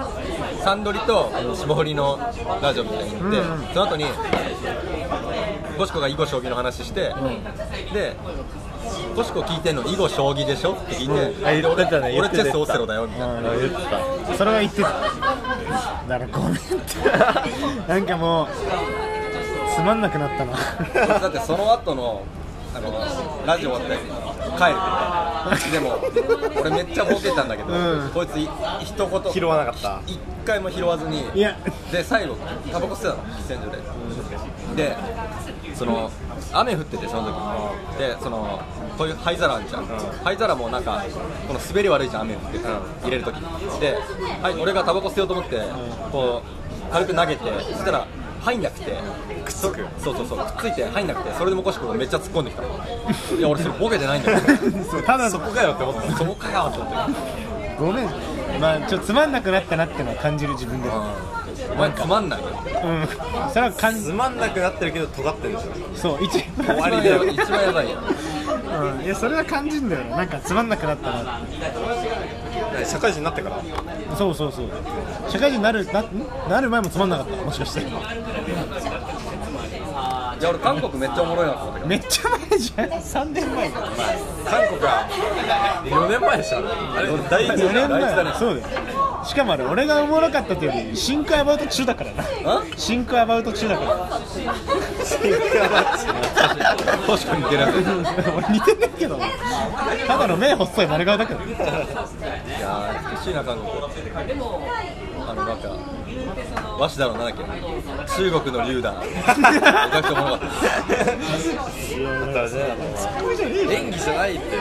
Speaker 3: サンドリと霜降りのラジオみたいに行って、
Speaker 1: うんうん
Speaker 3: その後にゴシコが囲碁将棋の話して、でゴシコ聞いてんの囲碁将棋でしょって聞いて、
Speaker 2: あ言ってたね言
Speaker 3: 俺
Speaker 2: って
Speaker 3: チ
Speaker 2: た
Speaker 3: ェスオセロだよみたいな、
Speaker 1: うん
Speaker 2: 言ってた
Speaker 1: それは言ってただからごめんってなんかもうつまんなくなったな
Speaker 3: だってその後のあのラジオ終わって帰るでも俺めっちゃボケたんだけど、
Speaker 1: うん
Speaker 3: こいつい一言
Speaker 2: 拾わなかった
Speaker 3: 一回も拾わずに
Speaker 1: いや
Speaker 3: で最後タバコ吸ってたの喫煙所ででその雨降っててその時でそのこういう灰皿あるじゃん、灰皿もなんかこの滑り悪いじゃん雨降ってて、入れる時で、はい、俺がタバコ捨てようと思って、こう軽く投げてそしたら入んなくてくっつくそうそうそうくっついて入んなくてそれでもこしくめっちゃ突っ込んできたのいや俺それボケじゃないんだよ
Speaker 1: ただ
Speaker 3: そ
Speaker 1: の
Speaker 3: こかよって思ってそこかよって思って
Speaker 1: ごめんまあちょっとつまんなくなったなってのは感じる自分で
Speaker 3: お前つまんないよ
Speaker 1: うんそれは感
Speaker 2: つ
Speaker 1: じ
Speaker 2: まんなくなってるけど尖ってるんですよ
Speaker 1: そう一
Speaker 3: 終わりだよ一番やばいよ
Speaker 1: うんいやそれは感じんだよななんかつまんなくなったなって
Speaker 2: 社会人になってから
Speaker 1: そうそうそう社会人になるななる前もつまんなかったもしかして
Speaker 3: いや俺韓国めっちゃおもろいなと思ったけ
Speaker 1: めっちゃ前じゃん3年前か
Speaker 3: ど韓国は4年前でしたねあれ第一
Speaker 1: 4年前そうだよしかもあれ俺がおもろかったというよりシンクアバウト中だからなシンクアバウト中だから
Speaker 3: 確かに似てない
Speaker 1: 俺似てんねんけどただの目細い丸顔だけど
Speaker 3: いやー美しいな韓国あのなんか和紙だろうなんだっけ中国の龍だめちゃくちゃおもろかった演技じゃないって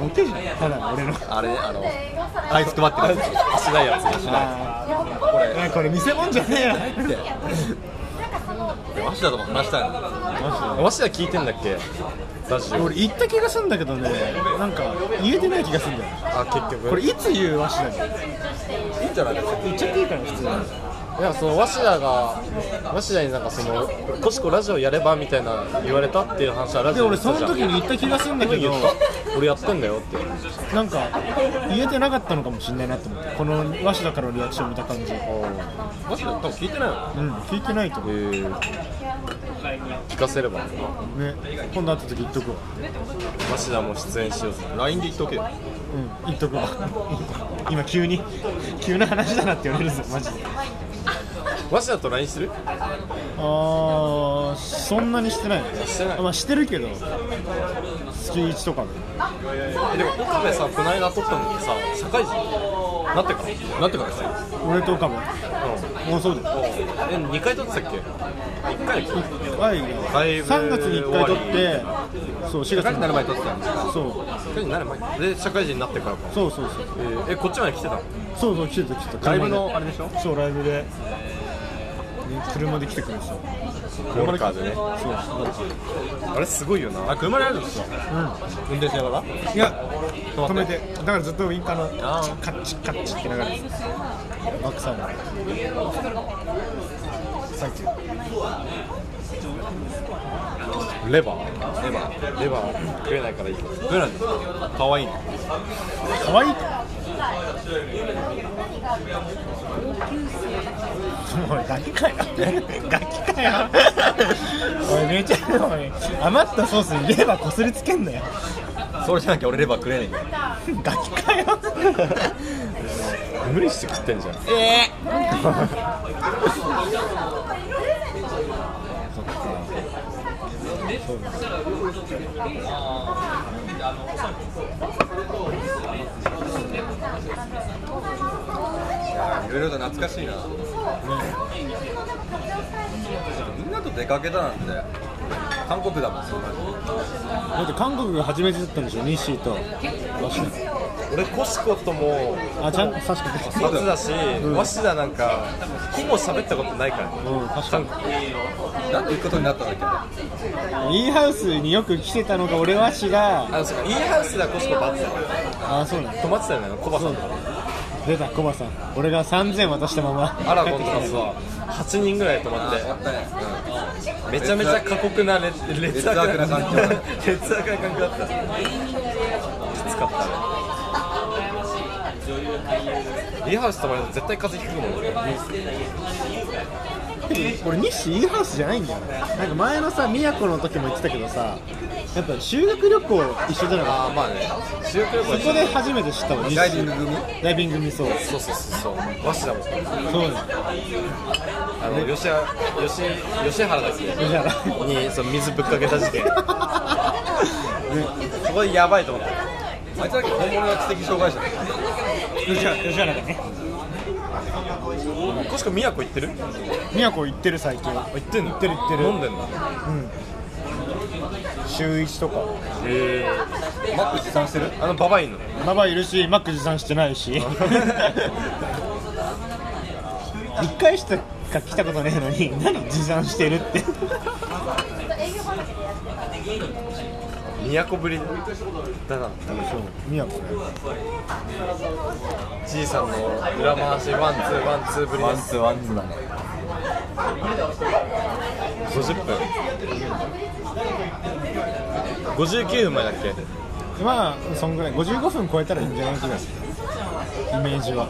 Speaker 1: ボケじゃんただの俺の
Speaker 3: あれあのはいつくばってるやつしないやつしない
Speaker 1: あ
Speaker 3: これ
Speaker 1: ーこれ偽物じゃねえよ
Speaker 3: って和紙だとも話したいの
Speaker 2: わしは聞いてんだっけラジオ
Speaker 1: 俺行った気がするんだけどねなんか言えてない気がするんだよ
Speaker 2: あ結局
Speaker 1: これいつ言うわしだよ
Speaker 3: いいんじゃないですか
Speaker 1: 言っちゃっていいから普通に
Speaker 2: いやその鷲田が鷲田になんかその「コシコラジオやれば」みたいな言われたっていう話はラジ
Speaker 1: で
Speaker 2: オ
Speaker 1: 俺その
Speaker 2: した
Speaker 1: 時
Speaker 2: じゃん
Speaker 1: に言った気がするんだけ
Speaker 2: 言
Speaker 1: ど
Speaker 2: った俺やってんだよって
Speaker 1: なんか言えてなかったのかもしれないなと思ってこのわしだからのリアクション見た感じう
Speaker 3: 和紙多分聞いてないの
Speaker 1: ん聞いてないと思う
Speaker 2: 聞かせれば
Speaker 1: ね今度会った時言っとくわ
Speaker 2: 鷲田も出演しようぜ
Speaker 3: LINE で言っとけよ
Speaker 1: うん言っとくわ今急に急な話だなって言われるぞマジで
Speaker 2: 鷲田と LINE する
Speaker 1: あーそんなにしてない
Speaker 2: してない
Speaker 1: まあしてるけど月1とかで
Speaker 2: えでも岡部さこの間撮ったのってさ社会人なってから
Speaker 3: なんてからですよ
Speaker 1: 俺とかも
Speaker 2: う
Speaker 1: もうそうだよ
Speaker 2: え2回撮ってたっけ1回
Speaker 1: 1回
Speaker 2: だいぶ
Speaker 1: 3月に1回取ってそう4
Speaker 3: 社会
Speaker 1: 月に
Speaker 3: 人になる前に撮ってたんですか
Speaker 1: そう
Speaker 2: 社会人になる前で社会人になってからか
Speaker 1: そうそうそう
Speaker 2: えーえこっちまで来てたの
Speaker 1: そうそう来てた来てた
Speaker 2: ライブのあれでしょ
Speaker 1: そうライブで、ね、車で来てくれたそう
Speaker 2: ゴールカーでねあれすごいよな
Speaker 3: あ車でやるんですよ運転しながら
Speaker 1: いや止めてだからずっとウィンカーの
Speaker 3: あー
Speaker 1: カッチカッチって流れてたバックサイドサンキュー
Speaker 2: レバーレバーレバー食えないからいいけど
Speaker 3: どうなんですか可愛いの
Speaker 1: 可愛いおいガキかよガキかよ (laughs) おいめちゃおい余ったソースにレバーこすりつけんなよ
Speaker 3: それじゃなきゃ俺レバーくれないんだよ
Speaker 1: ガキかよ
Speaker 2: 無理して切ってんじゃん
Speaker 3: いろいろと懐かしいな、みんなと出かけたなんて韓国だもんそんな
Speaker 1: だって韓国が初めてだったんでしょニッシーと
Speaker 2: 俺コシコとも
Speaker 1: あちゃん確かに
Speaker 2: 初だし鷲田なんかほぼ喋ったことないからね
Speaker 1: うん確かに
Speaker 3: なんで行くことになったんだっけあ
Speaker 1: E ハウスによく来てたのが俺はしが
Speaker 2: あそうか E ハウスではコシコバッてたから
Speaker 1: あそうなんだ
Speaker 2: 止まってたよねコバさんと
Speaker 1: 出たコバさん俺が3000渡したまま
Speaker 2: アラ
Speaker 1: 帰っ
Speaker 2: ゴン
Speaker 1: て
Speaker 2: と
Speaker 1: きた
Speaker 2: かさ8人ぐらい止まって
Speaker 3: ったね
Speaker 2: めちゃめちゃ過酷な劣劣悪な環境
Speaker 3: 劣悪な
Speaker 2: 劣悪な環境だったきつかったあれリハウス泊まると絶対風邪ひくもん俺
Speaker 1: 俺日誌 E ハウスじゃないんだよねなんか前のさ宮古の時も言ってたけどさやっぱ修学旅行一緒じゃなか
Speaker 2: ああまあね修学旅
Speaker 1: った
Speaker 2: 行
Speaker 1: そこで初めて知ったわ日誌
Speaker 3: ダイビング組
Speaker 1: ダイビング組そう
Speaker 2: そうそうそうそう和紙
Speaker 1: そう
Speaker 2: だもん
Speaker 1: なんだ
Speaker 2: あの吉原吉吉原だっけ
Speaker 1: じゃあ
Speaker 2: にその水ぶっかけた事
Speaker 3: (laughs)
Speaker 2: 件そこでやばいと思った
Speaker 3: あいつだけ本物の知的障害者だよ
Speaker 1: 吉原吉原だね
Speaker 2: コシコ宮古行ってる
Speaker 1: 宮古行ってる最近
Speaker 2: 行ってんの行って
Speaker 1: る行ってる
Speaker 2: 飲んでんだ
Speaker 1: 週一とか
Speaker 2: へえ
Speaker 3: マック持参してる
Speaker 2: あのババいんの
Speaker 1: マバいるしマック持参してない (laughs) し一回しか来たことねえのに何持参してるって
Speaker 2: 宮古ぶりだな
Speaker 1: 宮古ね
Speaker 2: じいさんの裏回しワンツーワンツーぶり
Speaker 3: ワ
Speaker 2: で
Speaker 3: ン
Speaker 2: す
Speaker 3: ツーワンツーだね
Speaker 2: 50分59分前だっけ
Speaker 1: まあそんぐらい55分超えたらいいんじゃないかなイメージは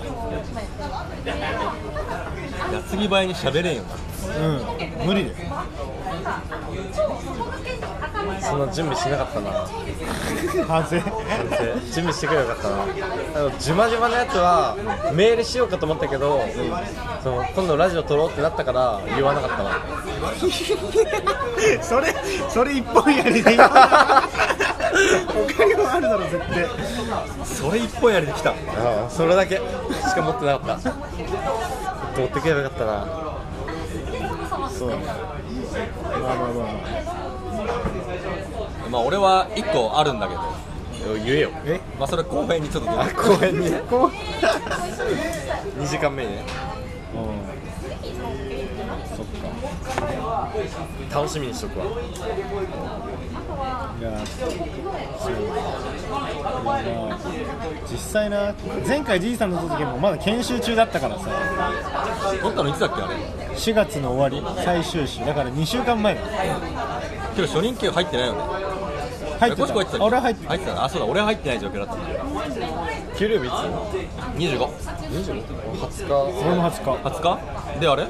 Speaker 3: 矢継ぎ早に喋れんよ
Speaker 1: うん無理だよ
Speaker 2: そんな準備しなかったな
Speaker 1: 反省
Speaker 2: 準備してくればよかったなあのジュマジュマのやつはメールしようかと思ったけど、その今度ラジオ撮ろうってなったから言わなかったな
Speaker 1: (laughs) それそれ一本やりでいい他にもあるだろ絶対
Speaker 3: それ一本やりできた
Speaker 2: ああそれだけしか持ってなかった持ってくればよかったな
Speaker 1: そうまあまあまあまあ
Speaker 3: まあ俺は一個あるんだけど
Speaker 2: 言えよ
Speaker 1: え
Speaker 3: まあそれ後編にちょっと
Speaker 2: あ公園に
Speaker 1: こう
Speaker 2: 2時間目にね
Speaker 1: そっか
Speaker 2: 楽しみにしとくわ
Speaker 1: いやそういや実際な前回じいさんの時もまだ研修中だったからさ
Speaker 3: 撮ったのいつだっけあれ
Speaker 1: 4月の終わり最終週だから2週間前だ
Speaker 3: けど初任給入ってないよね
Speaker 1: 入って
Speaker 3: コシコ入って
Speaker 1: た
Speaker 3: た
Speaker 1: あ俺は入って
Speaker 3: 入ってたあそうだ俺は入ってない状況だったんだよ
Speaker 2: 給料日いつ
Speaker 3: 25
Speaker 2: ?20 日
Speaker 1: 俺も20日
Speaker 3: 20日であれ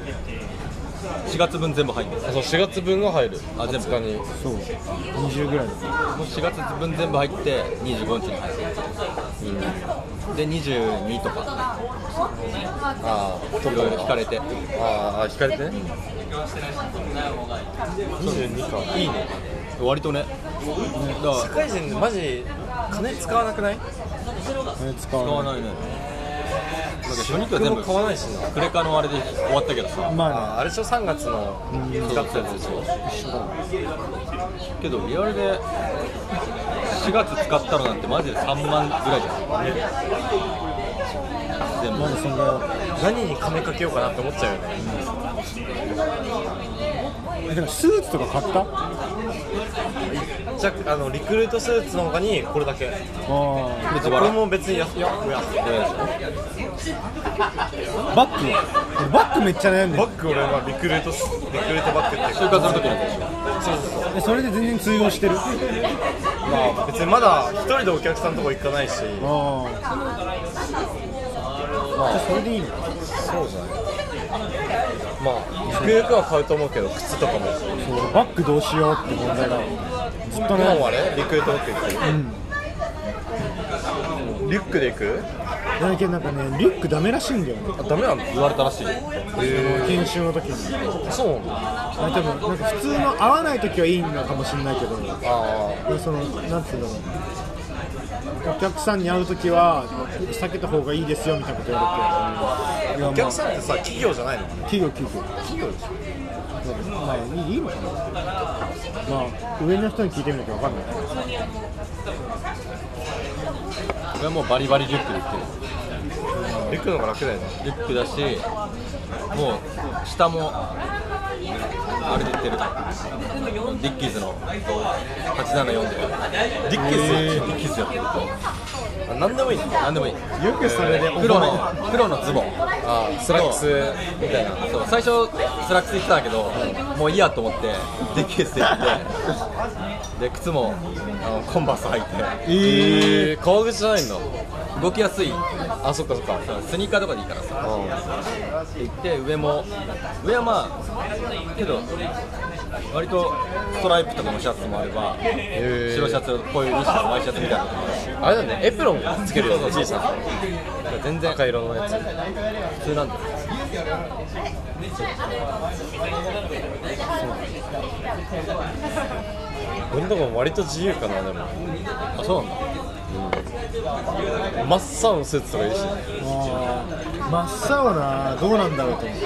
Speaker 3: 4月分全部入ってる
Speaker 2: あそう4月分が入る
Speaker 3: あ全部
Speaker 2: 20日に
Speaker 1: そう20ぐらいだ
Speaker 3: もう4月分全部入って25日に入ってる、で22とか
Speaker 2: ああ
Speaker 3: いろいろ聞かれて
Speaker 2: ああ引かれてね22かいいね
Speaker 3: 割とねだ
Speaker 2: 社
Speaker 3: か
Speaker 2: 会人でマジ金使わなくない
Speaker 1: 金使
Speaker 3: ら買わ
Speaker 1: わない
Speaker 3: ないねだから初任給は
Speaker 2: 僕
Speaker 3: 全
Speaker 2: も
Speaker 3: 部
Speaker 2: 買わないしな
Speaker 3: クレカのあれで終わったけどさ
Speaker 1: まあ
Speaker 2: ああれでしょ3月の企画やつでしょ
Speaker 3: けどリアルで4月使ったのなんてマジで3万ぐらいじゃん
Speaker 1: ね
Speaker 3: 全部
Speaker 1: まだそんな
Speaker 2: 何に金かけようかなって思っちゃうよね
Speaker 1: えでもスーツとか買ったあ
Speaker 2: じゃああのリクルートスーツの他にこれだけ
Speaker 1: あ
Speaker 3: 別
Speaker 2: これも別に安いやいや
Speaker 1: バッグは俺バッグめっちゃ悩んで
Speaker 2: バ
Speaker 1: る
Speaker 2: ッグ俺はリクルートスリクルートバッグっていう
Speaker 3: 就活の時のやつでしょ
Speaker 1: えそれで全然通用してる
Speaker 2: まあ別にまだ一人でお客さんのとこ行かないし
Speaker 1: ああじゃあそれでいいの
Speaker 2: そうじゃないまあ服くは買うと思うけど靴とかも
Speaker 1: そうバッグどうしようって問題がずっと
Speaker 2: 今
Speaker 1: ね
Speaker 2: はねリクルートバッグ行ってるリュックで行く
Speaker 1: だけどなんかねリュックダメらしいんだよね
Speaker 2: あダメなの
Speaker 3: 言われたらしい
Speaker 1: 研修の時に
Speaker 2: そうなんだ
Speaker 1: あ多分なんか普通の合わない時はいいのかもしれないけど
Speaker 2: あ
Speaker 1: そのなんていうんだろうお客さんに会う時は避けた方がいいですよみたいなこと言われていやま
Speaker 2: お
Speaker 1: あ
Speaker 2: 客さんってさ企業じゃないの
Speaker 1: 企業企業
Speaker 2: 企業でしょ
Speaker 1: うだろう、まあ、いいのかな、まあ、上の人に聞いてみなきゃ分かんない、
Speaker 3: 俺はもうバリバリリュックで行ってる
Speaker 2: リュックの方が楽だよね
Speaker 3: リュックだしもう下もあれで言ってるディッキーズの874で
Speaker 2: リュックです
Speaker 3: デ
Speaker 2: よ
Speaker 3: ィッキーズよ
Speaker 2: あ何でもいいね
Speaker 3: 何でもいい
Speaker 1: よくそれで
Speaker 3: 黒の黒のズボン
Speaker 2: あスラックスみたいな
Speaker 3: そう最初スラックス行ってたんだけど、もういいやと思ってディッキーズで行ってで靴もあのコンバース履いて
Speaker 2: ええ革靴じゃないんだ
Speaker 3: 動きやすい
Speaker 2: あそっかそっか
Speaker 3: スニーカーとかでいいからさ
Speaker 2: う
Speaker 3: で上も上はまあけど割とストライプとかのシャツもあれば
Speaker 2: え
Speaker 3: 白シャツこういう西のワイシャツみたいなのとか
Speaker 2: あれだねエプロンつけるよねじいさん
Speaker 3: 全然
Speaker 2: 赤色のやつ
Speaker 3: 普通なんだよ
Speaker 2: 俺のとこも割と自由かなでも
Speaker 3: あそうなんだ
Speaker 2: 真っ青のスーツとかいるしね
Speaker 1: あー真っ青な、どうなんだろうと思う、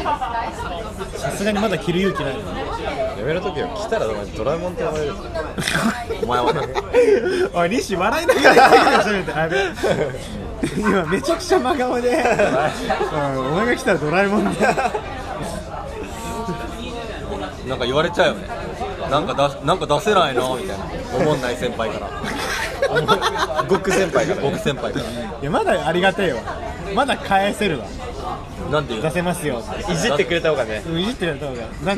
Speaker 1: さすがにまだ着る勇気ないな。
Speaker 2: やめるときは来たらお前ドラえもんって呼ばれる
Speaker 3: お前はね
Speaker 1: おい、西笑いながら言ってたでしょ、今、今めちゃくちゃ真顔で、うんお前が来たらドラえもんだ。
Speaker 3: なんか言われちゃうよねなんかだなんか出せないなみたいな思んない先輩から
Speaker 2: 極先輩からね
Speaker 3: 極先輩から
Speaker 1: いや、まだありがたいわ、まだ返せるわ、
Speaker 3: なんて言う
Speaker 1: 出
Speaker 3: の
Speaker 1: せますよって。
Speaker 2: いじってくれた方がね
Speaker 1: うんいじってやった方が、なん、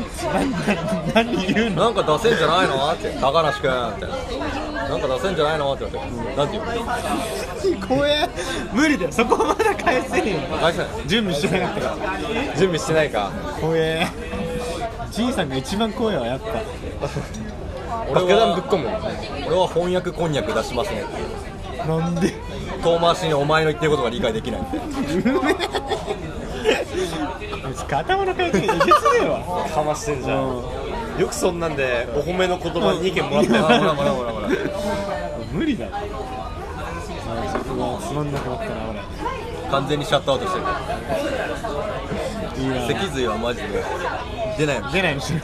Speaker 1: なん、なん何言うの。
Speaker 3: なんか出せんじゃないのって高梨君みたいななんか出せんじゃないのって言われてなんて言うの
Speaker 1: 公園無理だよそこまだ返せねえよ
Speaker 3: 返せない
Speaker 1: 準備してなかったか
Speaker 2: 準備してないから
Speaker 1: 公園じいさんが一番怖いわやっぱ
Speaker 3: 俺
Speaker 2: 爆
Speaker 3: は
Speaker 2: 弾ぶっ込む
Speaker 3: 俺は翻訳こんにゃく出しますね
Speaker 1: なんで
Speaker 3: 遠回しにお前の言ってることが理解できないって
Speaker 1: うち頭の回転がえげつねえわ
Speaker 2: かましてんじゃん
Speaker 1: う
Speaker 2: よくそんなんでお褒めの言葉2件もらったな
Speaker 3: ほらほらほらほら
Speaker 1: ん無理だあそこはつまんなくなったな俺
Speaker 3: 完全にシャットアウトして
Speaker 1: い
Speaker 3: る
Speaker 1: いな
Speaker 3: 脊髄はマジで出ない
Speaker 1: 出ないにしない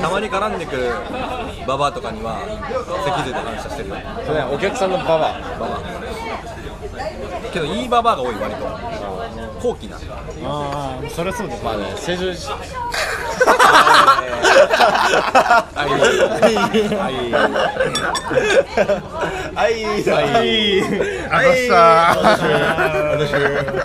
Speaker 3: たまに絡んでくるババアとかには脊髄で反射してるよ
Speaker 2: それお客さんのパワ
Speaker 3: ババアけどいいババアが多い割と高貴な
Speaker 1: ああそりゃそうだ
Speaker 2: まあね成長し
Speaker 3: あいい (laughs) あいい (laughs)
Speaker 2: あいいだ
Speaker 1: はい
Speaker 2: あざっした
Speaker 1: 私